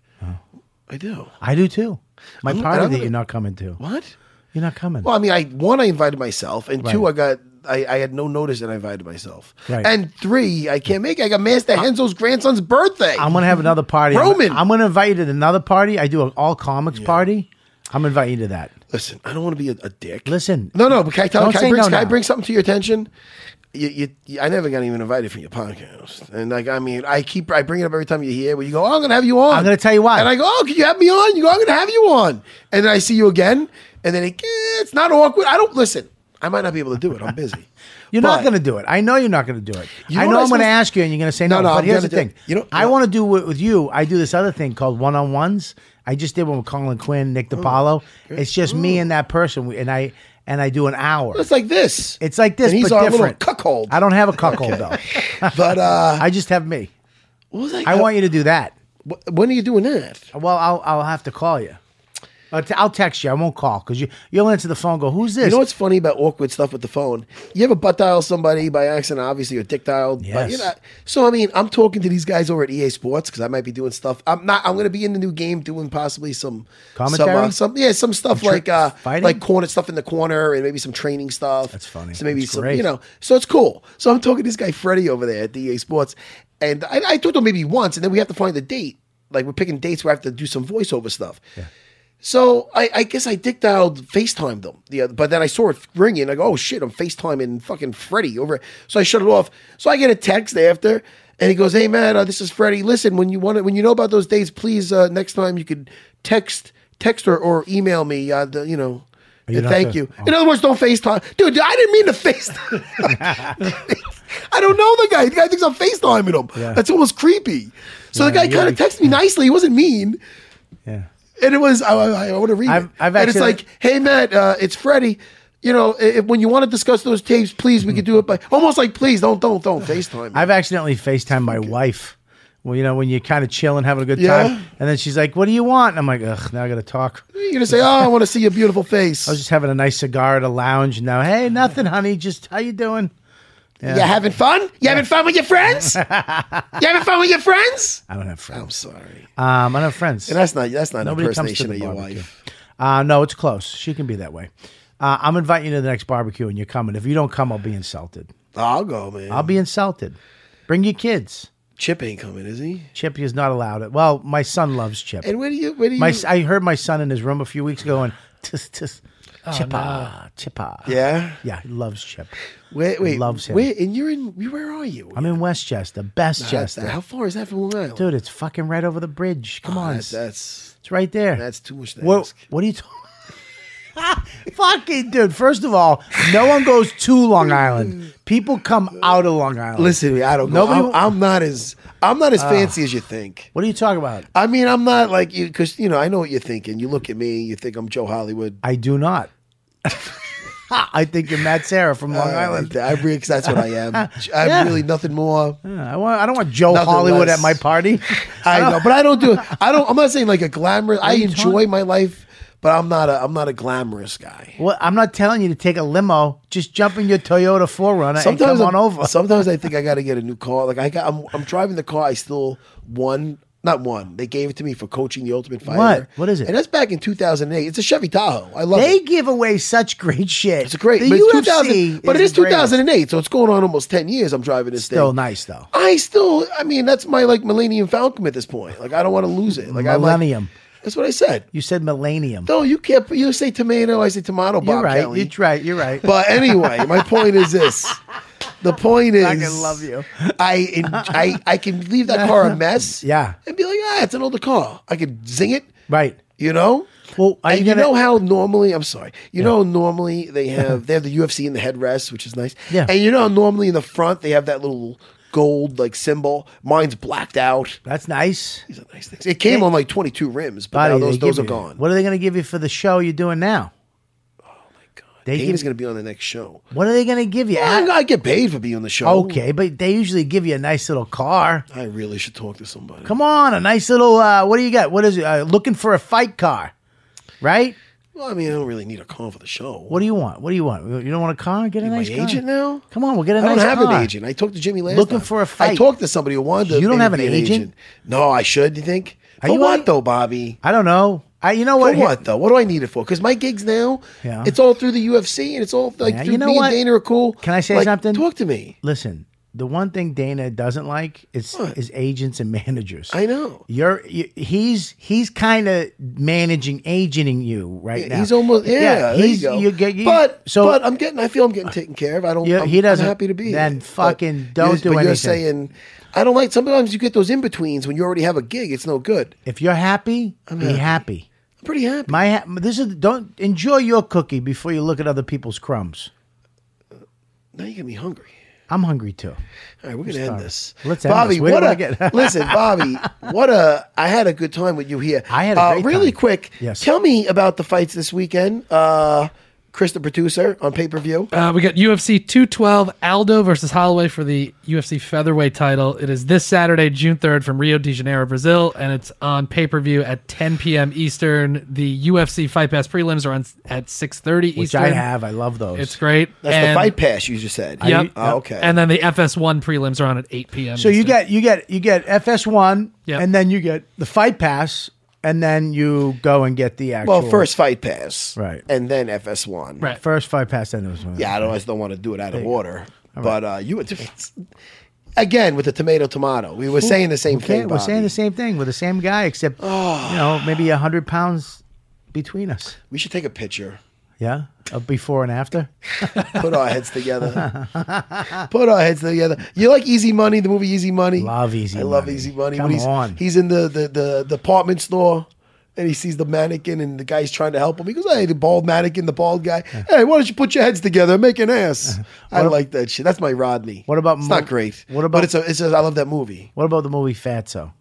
A: I do.
C: I do too. My
A: I'm-
C: party
A: I'm
C: that
A: gonna-
C: you're not coming to.
A: What?
C: You're not coming.
A: Well, I mean, I one I invited myself, and two I
C: Right.
A: got I, I had no notice that I invited myself,
C: Right.
A: and three I can't make. it. I got Master Henzo's grandson's birthday.
C: I'm gonna have another party. I'm-
A: Roman.
C: I'm, gonna invite you to another party. I do an all comics party. I'm inviting you to that.
A: Listen, I don't want to be a, a dick.
C: Listen.
A: no, no. But can I tell?
C: Don't
A: Can I
C: say
A: bring,
C: no
A: can I
C: now.
A: bring something to your attention? You, you, you- I never got even invited for your podcast, and like I mean, I keep I bring it up every time you're here. Where you go, oh, I'm gonna have you on.
C: I'm gonna tell you why.
A: And I go, oh, can you have me on? You go, I'm gonna have you on. And then I see you again, and then it, eh, it's not awkward. I don't listen. I might not be able to do it. I'm busy.
C: You're
A: But-
C: not gonna do it. I know you're not gonna do it.
A: You know
C: I
A: what
C: know
A: I
C: I'm gonna
A: suppose-
C: ask you, and you're gonna say
A: No,
C: no.
A: no,
C: but
A: I'm
C: here's
A: gonna
C: the
A: do
C: thing.
A: it. You know-
C: I want to do it with you. I do this other thing called one on ones. I just did one with Colin Quinn, Nick
A: Oh,
C: DiPaolo. It's just me and that person, We- and I and I do an hour.
A: It's like this.
C: It's like this,
A: And he's
C: but
A: our
C: different.
A: little cuckold.
C: I don't have a cuckold though.
A: But uh,
C: I just have me.
A: what was I,
C: I want you to do that.
A: you. When are you doing that?
C: Well, I'll I'll have to call you. I'll, t- I'll text you. I won't call because you you'll answer the phone. and Go, who's this?
A: You know what's funny about awkward stuff with the phone? You ever butt dial somebody by accident, obviously, or dick dialed. But you
C: Yes.
A: know, so I mean, I'm talking to these guys over at EA Sports because I might be doing stuff. I'm not. I'm going to be in the new game doing possibly some Some, uh,
C: Commentary?
A: some yeah, some stuff
C: Tra-
A: like uh,
C: fighting?
A: like corner stuff in the corner and maybe some training stuff.
C: That's funny.
A: So maybe
C: That's
A: some,
C: great.
A: you know. So it's cool. So I'm talking to this guy Freddie over there at the EA Sports, and I, I talked to him maybe once, and then we have to find the date. Like we're picking dates where I have to do some voiceover stuff. So I, I guess I dick dialed FaceTimed them. Yeah, but then I saw it ringing. I go, oh shit, I'm FaceTiming fucking Freddie over. So I shut it off. So I get a text after, and he goes, hey man, uh, this is Freddie. Listen, when you want to, when you know about those dates, please uh, next time you could text text or, or email me. Uh, the, you know,
C: You don't
A: thank
C: have to- Oh.
A: you. In other words, don't FaceTime, dude. I didn't mean to FaceTime. I don't know the guy. The guy thinks I'm FaceTiming him. That's almost creepy. So the guy
C: Yeah,
A: kind of texted me nicely. He wasn't mean.
C: Yeah.
A: And it was, I, I, I want to read
C: I've-
A: it.
C: I've
A: and it's
C: actually-
A: like, hey, Matt, uh, it's Freddie. You know, i- if, when you want to discuss those tapes, please, we could do it by almost like, please, don't, don't, don't FaceTime. me.
C: I've accidentally FaceTime my wife. Well, you know, when you're kind of chilling, having a good
A: Yeah.
C: time. And then she's like, What do you want? And I'm like, Ugh, now I got to talk. I
A: You're going to say, oh, I want to see your beautiful face.
C: was just having a nice cigar at a lounge. And now, hey, nothing, honey. Just how you doing?
A: You having fun? You having fun with your friends? you having fun with your friends?
C: I don't have friends.
A: I'm sorry.
C: Um, I don't have friends.
A: And that's not, that's not an
C: Nobody comes to
A: impersonation
C: the
A: of your
C: barbecue.
A: wife.
C: Uh, no, it's close. She can be that way. Uh, I'm inviting you to the next barbecue and you're coming. If you don't come, I'll be insulted.
A: I'll go, man.
C: I'll be insulted. Bring your kids.
A: Chip ain't coming, is he?
C: Chip is not allowed. It. Well, my son loves Chip.
A: And where do you, where do you?
C: My, I heard my son in his room a few weeks ago and tis, tis, Chippa, Chippa.
A: yeah.
C: Yeah, he loves Chip.
A: Wait, wait.
C: loves him.
A: Where, and you're in, where are you?
C: I'm in Westchester, best Chester.
A: How far is that from Long Island?
C: Dude, it's fucking right over the bridge. Come on.
A: That's, that's,
C: it's right there.
A: that's too much to
C: what,
A: ask.
C: what are you talking Fucking dude, first of all, no one goes to Long Island. People come out of Long Island.
A: Listen, to me, I don't. Know.
C: Nobody
A: I'm,
C: wa- Ah.
A: I'm not as I'm not as fancy as you think.
C: What are you talking about?
A: I mean, I'm not like you because you know I know what you're thinking. You look at me, you think I'm Joe Hollywood.
C: I do not. I think you're Matt Sarah from Long Island.
A: Uh,
C: Mm.
A: I really, 'cause that's what I am. I'm really nothing more.
C: Yeah, I want I don't want Joe
A: Nothing
C: Hollywood
A: less.
C: at my party.
A: I know, but I don't do. I don't. I'm not saying like a glamorous. I enjoy my life, but I'm not a. I'm not a glamorous guy.
C: Well, I'm not telling you to take a limo. Just jump in your Toyota 4Runner and
A: Sometimes
C: come on
A: I'm-
C: over.
A: Sometimes I think I got to get a new car. Like I got. I'm, I'm driving the car. I still won. Not one. They gave it to me for coaching the Ultimate Fighter.
C: What is it?
A: And that's back in 2008. It's a Chevy Tahoe. I love it.
C: They give away such great shit.
A: It's great.
C: The
A: but
C: UFC
A: it's 2000, but it is
C: the greatest.
A: 2008, so it's going on almost 10 years. I'm driving this
C: Still
A: thing.
C: nice though.
A: I still, I mean, that's my like Millennium Falcon at this point. Like I don't want to lose it. Like I
C: Millennium.
A: like, That's what I said.
C: You said millennium.
A: No, you can't. You say tomato. I say tomato. Bob
C: you're right.
A: Kelly.
C: You're right. You're right.
A: But anyway, my point is this. The point is,
C: I love you.
A: I, en- I I can leave that car a mess.
C: Yeah.
A: and be like, ah, it's an older car. I can zing it.
C: right.
A: You know.
C: Well, are
A: And
C: you
A: you,
C: gonna-
A: know how normally I'm sorry. You know how normally they have they have the UFC in the headrest, which is nice.
C: Yeah.
A: And you know how normally in the front they have that little gold like symbol. Mine's blacked out.
C: That's nice.
A: These are nice things. It came on like 22 rims, but
C: Buddy,
A: now
C: they
A: those those are
C: give you-
A: gone.
C: What are they going to give you for the show you're doing now? Oh my god. They
A: Kane
C: give,
A: is going to be on the next show.
C: what are they going to give you? Oh.
A: I, I get paid for being on the show.
C: okay, but they usually give you a nice little car.
A: I really should talk to somebody.
C: Come on, a nice little. Uh, what do you got? What is it? Uh, looking for a fight car, right?
A: Well, I mean, I don't really need a call for the show.
C: What do you want? What do you want? You don't want a car? Get a
A: my
C: nice car.
A: agent now?
C: Come on, we'll get a
A: I
C: nice
A: don't have
C: car.
A: an agent. I talked to Jimmy last
C: Looking
A: time.
C: for a fight.
A: I talked to somebody who wanted. to
C: You don't
A: maybe
C: have an
A: be
C: agent?
A: No, I should. You think?
C: Are
A: for
C: you
A: what
C: on-
A: though, Bobby?
C: I don't know. I, you know
A: For
C: what? Here-
A: what though? What do I need it for? Because my gigs now,
C: Yeah.
A: it's all through the UFC and it's all like
C: Yeah,
A: through
C: you know
A: me
C: what?
A: and Dana are cool.
C: Can I say
A: Like,
C: something?
A: Talk to me.
C: Listen, the one thing Dana doesn't like is
A: What?
C: is agents and managers.
A: I know.
C: You're you, he's he's kind of managing agenting you right now.
A: He's almost yeah. there
C: he's
A: you go.
C: you get you,
A: but
C: so
A: but uh, I'm getting. I feel I'm getting taken care of. I don't.
C: Yeah,
A: I'm,
C: he doesn't-
A: I'm happy to be.
C: then
A: here. But
C: fucking
A: you're-
C: don't do
A: but You're
C: anything.
A: saying I don't like. Sometimes you get those in betweens when you already have a gig. It's no good.
C: if you're happy, be happy.
A: I'm pretty happy.
C: My ha- this is don't enjoy your cookie before you look at other people's crumbs.
A: now you get me hungry.
C: I'm hungry too.
A: All right, we're gonna end this.
C: Let's end
A: Bobby,
C: this. Where do
A: what
C: I
A: a
C: get-
A: listen, Bobby. What a I had a good time with you here.
C: I had a
A: uh,
C: great
A: really
C: time.
A: quick.
C: Yes.
A: Tell me about the fights this weekend. Uh, Chris, the producer, on pay per view.
E: Uh, we got UFC 212 Aldo versus Holloway for the UFC featherweight title. It is this Saturday, June 3rd, from Rio de Janeiro, Brazil, and it's on pay per view at 10 p.m. Eastern. The UFC Fight Pass prelims are on s- at 6:30
C: Which
E: Eastern.
C: I have. I love those.
E: It's great.
A: That's the
E: And-
A: fight pass you just said.
E: Yep.
A: Oh, okay.
E: And then the FS1 prelims are on at 8 p.m.
C: So you
E: Eastern.
C: get you get you get FS1,
E: Yeah.
C: and then you get the fight pass, and then you go and get the actual.
A: well, first fight pass,
C: Right.
A: and then FS one.
E: Right.
C: first fight pass, then it was one.
A: Yeah, I don't, I just don't want to do it out of order. But uh, you again with the tomato tomato. We were saying the same
C: Okay,
A: thing.
C: we're saying
A: Bobby.
C: the same thing. We're the same guy, except you know maybe a hundred pounds between us.
A: We should take a picture.
C: Yeah, of before and after.
A: Put our heads together. Put our heads together. You like Easy Money, the movie Easy Money?
C: Love Easy
A: I love
C: Money.
A: Easy Money.
C: Come
A: when he's,
C: on.
A: He's in the, the, the department store and he sees the mannequin and the guy's trying to help him. He goes, "Hey, the bald mannequin, the bald guy. Hey, why don't you put your heads together and make an ass?" I like that shit. That's my Rodney.
C: What about
A: It's
C: mo-
A: not great.
C: what about-
A: But it's a. It's a. I love that movie.
C: What about the movie Fatso?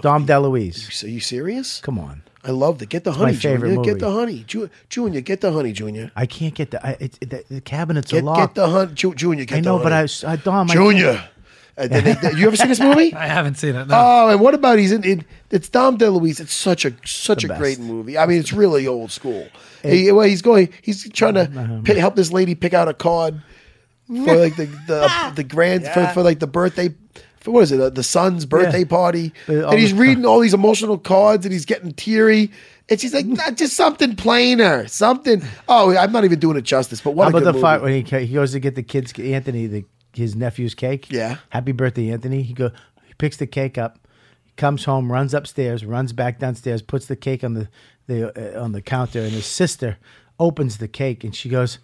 C: Dom DeLuise.
A: So you serious?
C: Come on.
A: I loved it. Get the honey,
C: favorite
A: Junior. Get
C: movie.
A: the honey, Ju- Junior. Get the honey, Junior.
C: I can't get the I, it, it- the, the cabinet's
A: Get
C: a lot.
A: get the honey, Ju- Junior. Get
C: I
A: the
C: know, but I,
A: honey.
C: was- I Dom. I can't-
A: Junior. And then they- you ever seen this movie?
E: I haven't seen it. No.
A: Oh, and what about he's in? in it's Dom DeLuise. It's such a such a
C: The best.
A: great movie. I mean, it's really old school. He- well, he's going. He's trying to pi- help this lady pick out a card for like the the, the grand for, for like the birthday. For what is it? uh, the son's birthday party,
C: Uh, all
A: and he's
C: the-
A: reading all these emotional cards, and he's getting teary. And she's like, "Nah, just something plainer, something. Oh, I'm not even doing it justice. But what
C: How
A: a
C: about
A: good
C: the fight
A: movie.
C: when he, ca- he goes to get the kids Anthony the his nephew's cake?
A: Yeah.
C: Happy birthday, Anthony. He go he picks the cake up, comes home, runs upstairs, runs back downstairs, puts the cake on the the uh, on the counter, and his sister opens the cake and she goes,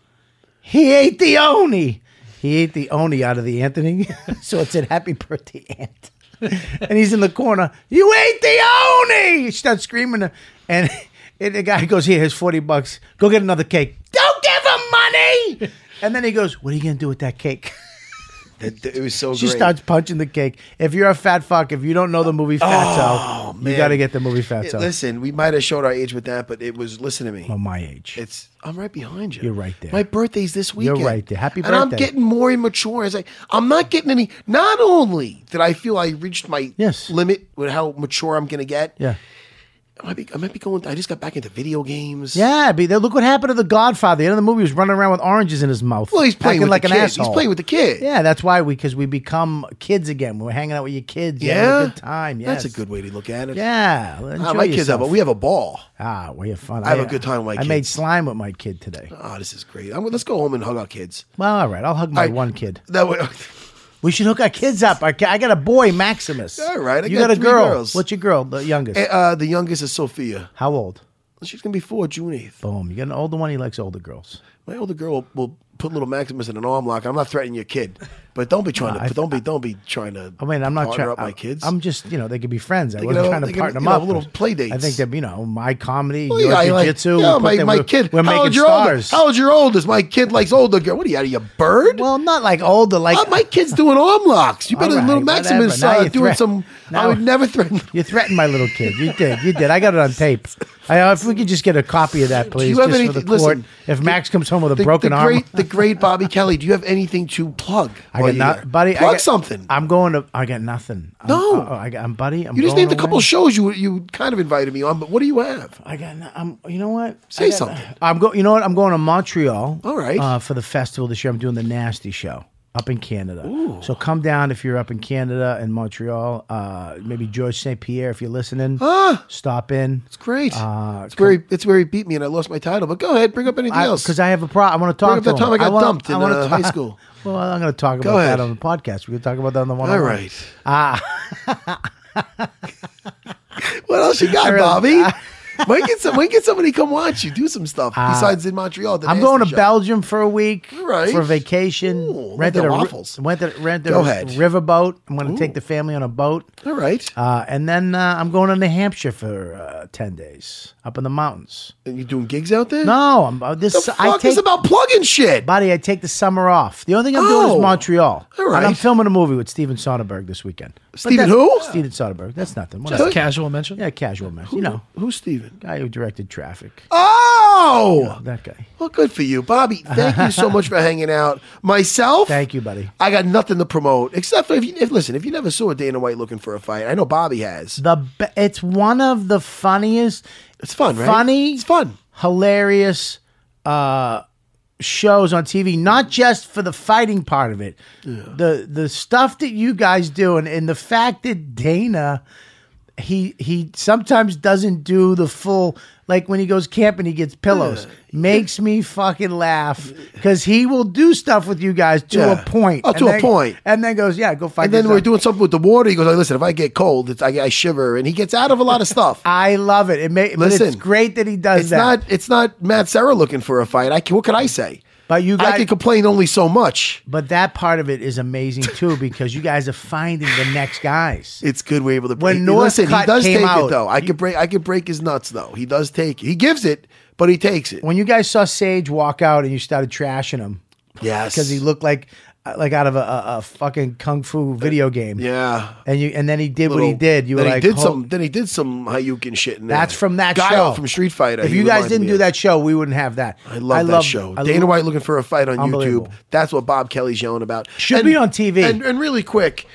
C: "He ate the oni." He ate the oni out of the Anthony, so it said "Happy birthday, Aunt." and he's in the corner. You ate the oni. She starts screaming, and, and the guy goes, "Here, here's forty bucks. Go get another cake." Don't give him money. And then he goes, "What are you gonna do with that cake?"
A: It, it was so
C: She
A: great.
C: starts punching the cake. If you're a fat fuck, if you don't know the movie Fatso, you
A: Oh, man.
C: got to get the movie
A: It-
C: Fatso.
A: listen, we might have showed our age with that, but it was. Listen to me.
C: on my age.
A: It's I'm right behind you.
C: You're right there.
A: My birthday's this
C: You're
A: weekend.
C: right there. Happy
A: And I'm
C: birthday.
A: getting more immature as I I'm not getting any not only did I feel I reached my
C: Yes.
A: limit with how mature I'm gonna get.
C: yeah,
A: I might be I might be going I just got back into video games.
C: yeah. But look what happened to the Godfather. The end of the movie he was running around with oranges in his mouth.
A: Well he's playing
C: acting
A: with
C: like
A: the
C: an
A: kid.
C: asshole.
A: He's playing with the kid.
C: Yeah, that's why we because we become kids again. We're hanging out with your kids. You're
A: Yeah.
C: having a good time. Yes.
A: That's a good way to look at it.
C: Yeah,
A: Ah,
C: enjoy
A: my kids have
C: yourself.
A: a we have a ball.
C: ah, we have fun.
A: I have a good time with my
C: I made
A: kids.
C: slime with my kid today.
A: Oh, this is great. I'm, let's go home and hug our kids.
C: Well, all right, I'll hug my
A: All right.
C: one kid.
A: That way,
C: We should hook our kids up. Our ki- I got a boy, Maximus.
A: All right, I
C: you
A: got
C: got, a
A: three
C: girl.
A: girls.
C: What's your girl? The youngest.
A: uh, the youngest is Sophia.
C: How old?
A: She's gonna be four June eighth.
C: Boom. You got an older one. He likes older girls.
A: My older girl will, will put little Maximus in an arm lock. I'm not threatening your kid, but don't be trying
C: No,
A: to
C: I-
A: don't be don't be trying to.
C: I mean, I'm not
A: partner
C: trying.
A: up my kids.
C: I'm just, you know, they could be friends. I
A: They could
C: wasn't
A: have-
C: trying
A: they
C: to
A: could,
C: partner
A: you
C: them
A: know,
C: up.
A: little play dates.
C: I think that you know my comedy,
A: Well,
C: your
A: Oh, yeah, I like-
C: jiu-jitsu. we
A: yeah,
C: put
A: my,
C: them-
A: my
C: we're-
A: kid.
C: We're
A: how
C: making
A: old's your
C: stars.
A: oldest? How old's your oldest? My kid likes older girl. What are you out of your bird?
C: Well, not like older. Like
A: Uh, my kid's doing arm locks. You
C: All
A: better
C: right,
A: little
C: whatever.
A: Maximus
C: Now
A: uh,
C: you
A: doing
C: threat-
A: some. I
C: now-
A: would never threaten.
C: You threatened my little kid. You did. You did. I got it on tape. I, uh, if we could just get a copy of that, please,
A: you have
C: just for
A: anything-
C: the court.
A: listen,
C: if
A: the-
C: Max comes home with a
A: The,
C: broken
A: the
C: arm,
A: great, the great Bobby Kelly. Do you have anything to plug?
C: I
A: while
C: got
A: you're
C: not,
A: there?
C: buddy.
A: Plug
C: I got,
A: something.
C: I'm going to. I got nothing. I'm, uh,
A: No.
C: I, I got, I'm buddy. I'm
A: you just
C: going
A: named a couple
C: away.
A: shows you you kind of invited me on, but what do you have?
C: I got. no- I'm. You know what?
A: Say
C: I got-
A: something.
C: I'm go. You know what? I'm going to Montreal.
A: All right.
C: Uh, for the festival this year, I'm doing the Nasty Show up in Canada. So come down if you're up in Canada and Montreal. Uh, maybe George St. Pierre if you're listening. Stop in.
A: Ah. It's great. it's where he, it's where he beat me, and I lost my title. But go ahead, bring up anything else.
C: Because Uh, I, have a problem. I want to
A: Bring
C: talk
A: up
C: to
A: the time
C: him.
A: I got
C: wanna-
A: dumped in,
C: wanna
A: uh,
C: talk-
A: high school.
C: Well, I'm going to talk about
A: ahead.
C: that on the podcast. We're going to talk about that on the one.
A: All right. what else you got,
C: Ah. really-
A: Bobby? when can some, when can somebody come watch you do some stuff besides in Montreal? the
C: Uh, I'm
A: nasty
C: going to
A: show?
C: Belgium for a week
A: Right.
C: for vacation.
A: Ooh,
C: rented
A: the
C: a ri-
A: waffles.
C: rented rented
A: Go
C: a
A: ahead.
C: riverboat. I'm going to take the family on a boat,
A: All right,
C: uh, and then uh, I'm going to New Hampshire for uh, ten days up in the mountains.
A: and you doing gigs out there?
C: No, I'm uh, this.
A: the fuck
C: I take
A: is about plugging shit.
C: buddy. I take the summer off. The only thing I'm doing
A: Oh.
C: is Montreal.
A: All
C: And I'm
A: right.
C: filming a movie with Steven Soderbergh this weekend. But
A: Steven
C: that's-
A: who?
C: Steven Soderbergh. That's nothing.
E: Just
C: Whatever.
E: casual mention.
C: yeah, casual man. You know,
A: Who's Steven?
C: guy who directed Traffic.
A: Oh,
C: That guy.
A: well, good for you, Bobby. Thank you so much for hanging out. Myself,
C: Thank you, buddy.
A: I got nothing to promote except for if you if, listen. If you never saw Dana White looking for a fight, I know Bobby has.
C: The be- it's one of the funniest,
A: It's fun, right?
C: Funny.
A: It's fun.
C: hilarious uh, shows on TV. Not just for the fighting part of it, the the stuff that you guys do, and, and the fact that Dana, he he sometimes doesn't do the full. Like when he goes camping, he gets pillows. Makes me fucking laugh because he will do stuff with you guys to
A: Yeah.
C: a point.
A: Oh, to
C: and
A: a
C: then-
A: point.
C: and then goes, yeah, go fight.
A: And then
C: this
A: we're
C: out."
A: doing something with the water. He goes, like, listen, if I get cold, it's, I, I shiver. And he gets out of a lot of stuff.
C: I love it. It may, but
A: Listen,
C: it's great that he does
A: it's
C: that.
A: not it's not Matt Serra looking for a fight. I can, what could I say?
C: But you guys,
A: I can complain only so much.
C: but that part of it is amazing too because you guys are finding the next guys.
A: It's good we're able to
C: When
A: break.
C: Northcutt
A: Listen, he does
C: came
A: take
C: out,
A: it though. I could break. I could break his nuts though. He does take. it. He gives it, but he takes it.
C: When you guys saw Sage walk out and you started trashing him
A: Yes,
C: because he looked like like out of a, a, a fucking kung fu video game.
A: Yeah.
C: And you and then he did what he
A: Little-
C: did. You were
A: then
C: like,
A: he did
C: "Hol-
A: some. Then he did some Hayukin shit. In there.
C: That's from that
A: Guile
C: show
A: from Street Fighter.
C: If
A: he
C: you guys
A: reminded
C: didn't
A: me
C: do
A: of.
C: that show, we wouldn't have that.
A: I love that show.
C: I
A: Dana
C: lo-
A: White looking for a fight on
C: Unbelievable.
A: YouTube. That's what Bob Kelly's yelling about.
C: Should be on TV.
A: And, and really quick,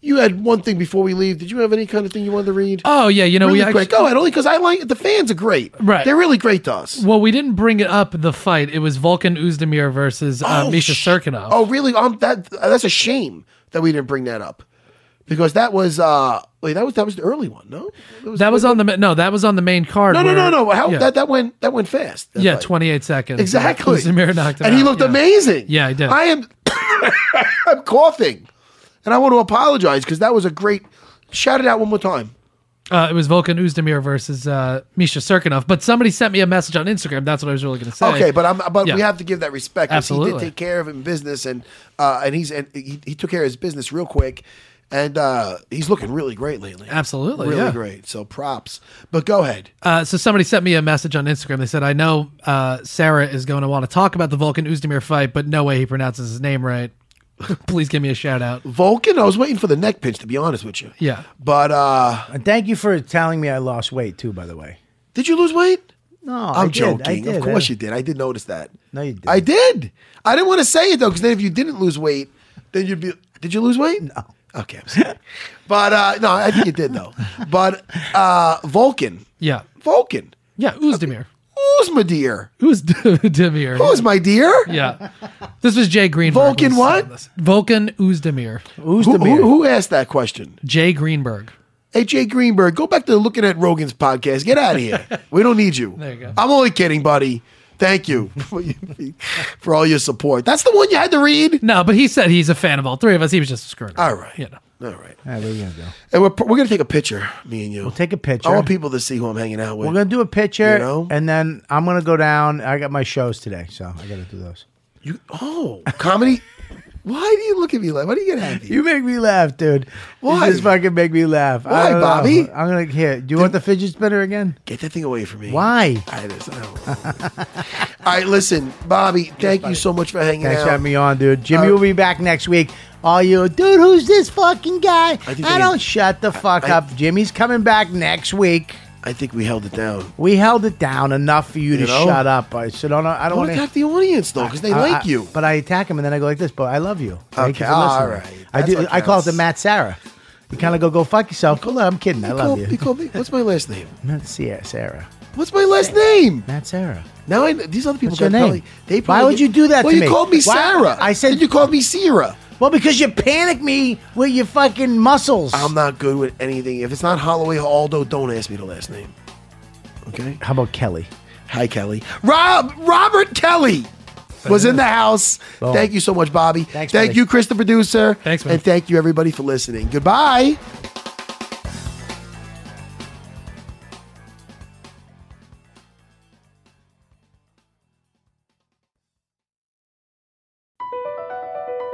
A: you had one thing before we leave. Did you have any kind of thing you wanted to read?
E: Oh yeah, you know
A: really
E: we actually,
A: quick. Go ahead, only because I like the fans are great.
E: Right.
A: they're really great to us.
E: Well, we didn't bring it up the fight. It was Vulcan Uzdemir versus uh, Misha
A: sh-
E: Serkinov.
A: Oh, really? Um, that that's a shame that we didn't bring that up because that was uh wait that was that was the early one. No, It
E: that was on the ma- no, that was on the main card.
A: no no no
E: where-
A: no. How
E: yeah,
A: that that went that went fast. that
E: yeah
A: fight.
E: twenty eight seconds.
A: Exactly.
E: Uzdemir knocked him
A: and he
E: out,
A: looked
E: yeah.
A: amazing.
E: Yeah, he did.
A: I am I'm coughing. And I want to apologize because that was a great shout it out one more time.
E: Uh, it was Vulcan Uzdemir versus uh, Misha Serkinov. But somebody sent me a message on Instagram. That's what I was really going to say.
A: Okay, but I'm but
E: Yeah.
A: we have to give that respect. 'cause He
E: Absolutely.
A: did take care of him in business and uh and he's and he, he took care of his business real quick. And uh he's looking really great lately.
E: Absolutely,
A: Really
E: yeah.
A: great. So props. But go ahead.
E: Uh, so somebody sent me a message on Instagram. They said, "I know uh, Sarah is going to want to talk about the Vulcan Uzdemir fight, but no way he pronounces his name right. Please give me a shout out."
A: Vulcan, I was waiting for the neck pinch to be honest with you.
E: Yeah.
A: But uh
C: And thank you for telling me I lost weight too. By the way,
A: did you lose weight?
C: no,
A: I'm joking. Of
C: Uh,
A: course you did. I did notice that.
C: No, you didn't.
A: I did. I didn't want to say it though, because then if you didn't lose weight, then you'd be. Did you lose weight? No. Okay, I'm sorry. but uh, no, I think you did though. But uh, Vulcan,
E: Yeah,
A: Vulcan,
E: yeah, Uzdemir.
A: who's my dear?
E: Uzdemir.
A: Who's my dear?
E: yeah, this was Jay Greenberg.
A: Vulcan
E: who
A: what?
E: said this. Vulcan Uzdemir.
C: Who's
A: Who,
C: the
A: who, who asked that question?
E: Jay Greenberg.
A: Hey, Jay Greenberg, go back to looking at Rogan's podcast. Get out of here. we don't need you.
E: There you go.
A: I'm only kidding, buddy. Thank you for, you- for all your support. That's the one you had to read.
E: No, but he said he's a fan of all three of us. He was just screwing. around.
A: All right.
E: You know.
A: All right.
C: All right, where are we gonna go?
A: And we're, we're going to take a picture, me and you. We'll
C: take a picture.
A: I want people to see who I'm hanging out with.
C: We're gonna do a picture,
A: You know?
C: and then I'm gonna go down. I got my shows today, so I gotta do those.
A: you, oh, comedy. Why do you look at me like, why do you get happy?
C: You make me laugh, dude.
A: Why?
C: You just fucking make me laugh. I
A: Why,
C: don't know.
A: Bobby?
C: I'm gonna here. Do you want the fidget spinner again?
A: get that thing away from me.
C: Why?
A: I just, I don't know. All right, listen, Bobby, thank you so much for hanging
C: Thanks
A: out.
C: for having me on, dude.
A: Uh,
C: Jimmy will be back next week. All you, dude, who's this fucking guy? I,
A: think they-
C: don't shut the fuck
A: I-
C: up. Jimmy's coming back next week.
A: I think we held it down.
C: We held it down enough for you, to
A: You know?
C: shut up. I so don't. I don't
A: Don't
C: want to
A: attack the audience, though, because they like you.
C: But I attack him and then I go like this. But I love you. Thank
A: Okay,
C: you for
A: all
C: listening.
A: right.
C: I
A: That's
C: do.
A: what
C: I call it
A: counts.
C: the Matt Sarah. You kind of go go fuck yourself. Cool. I'm kidding. I
A: You
C: love
A: call-
C: you.
A: you call me, what's my last name?
C: Matt Sarah. Sarah.
A: What's my last name?
C: Matt Sarah.
A: Now I, these other people
C: What's your
A: got
C: name?
A: Probably, they
C: Why
A: probably
C: would you do that
A: Well,
C: to
A: you
C: me?
A: called me
C: Why-
A: Sarah.
C: I said-
A: Then you called me Sierra.
C: Well, because you panic me with your fucking muscles.
A: I'm not good with anything. If it's not Holloway Aldo, don't ask me the last name. Okay.
C: How about Kelly?
A: Hi, Kelly. Rob Robert Kelly was in the house. Thank you so much, Bobby.
C: Thanks,
A: thank
C: buddy.
A: you, Chris, the producer.
E: Thanks, man.
A: and thank you everybody for listening. Goodbye.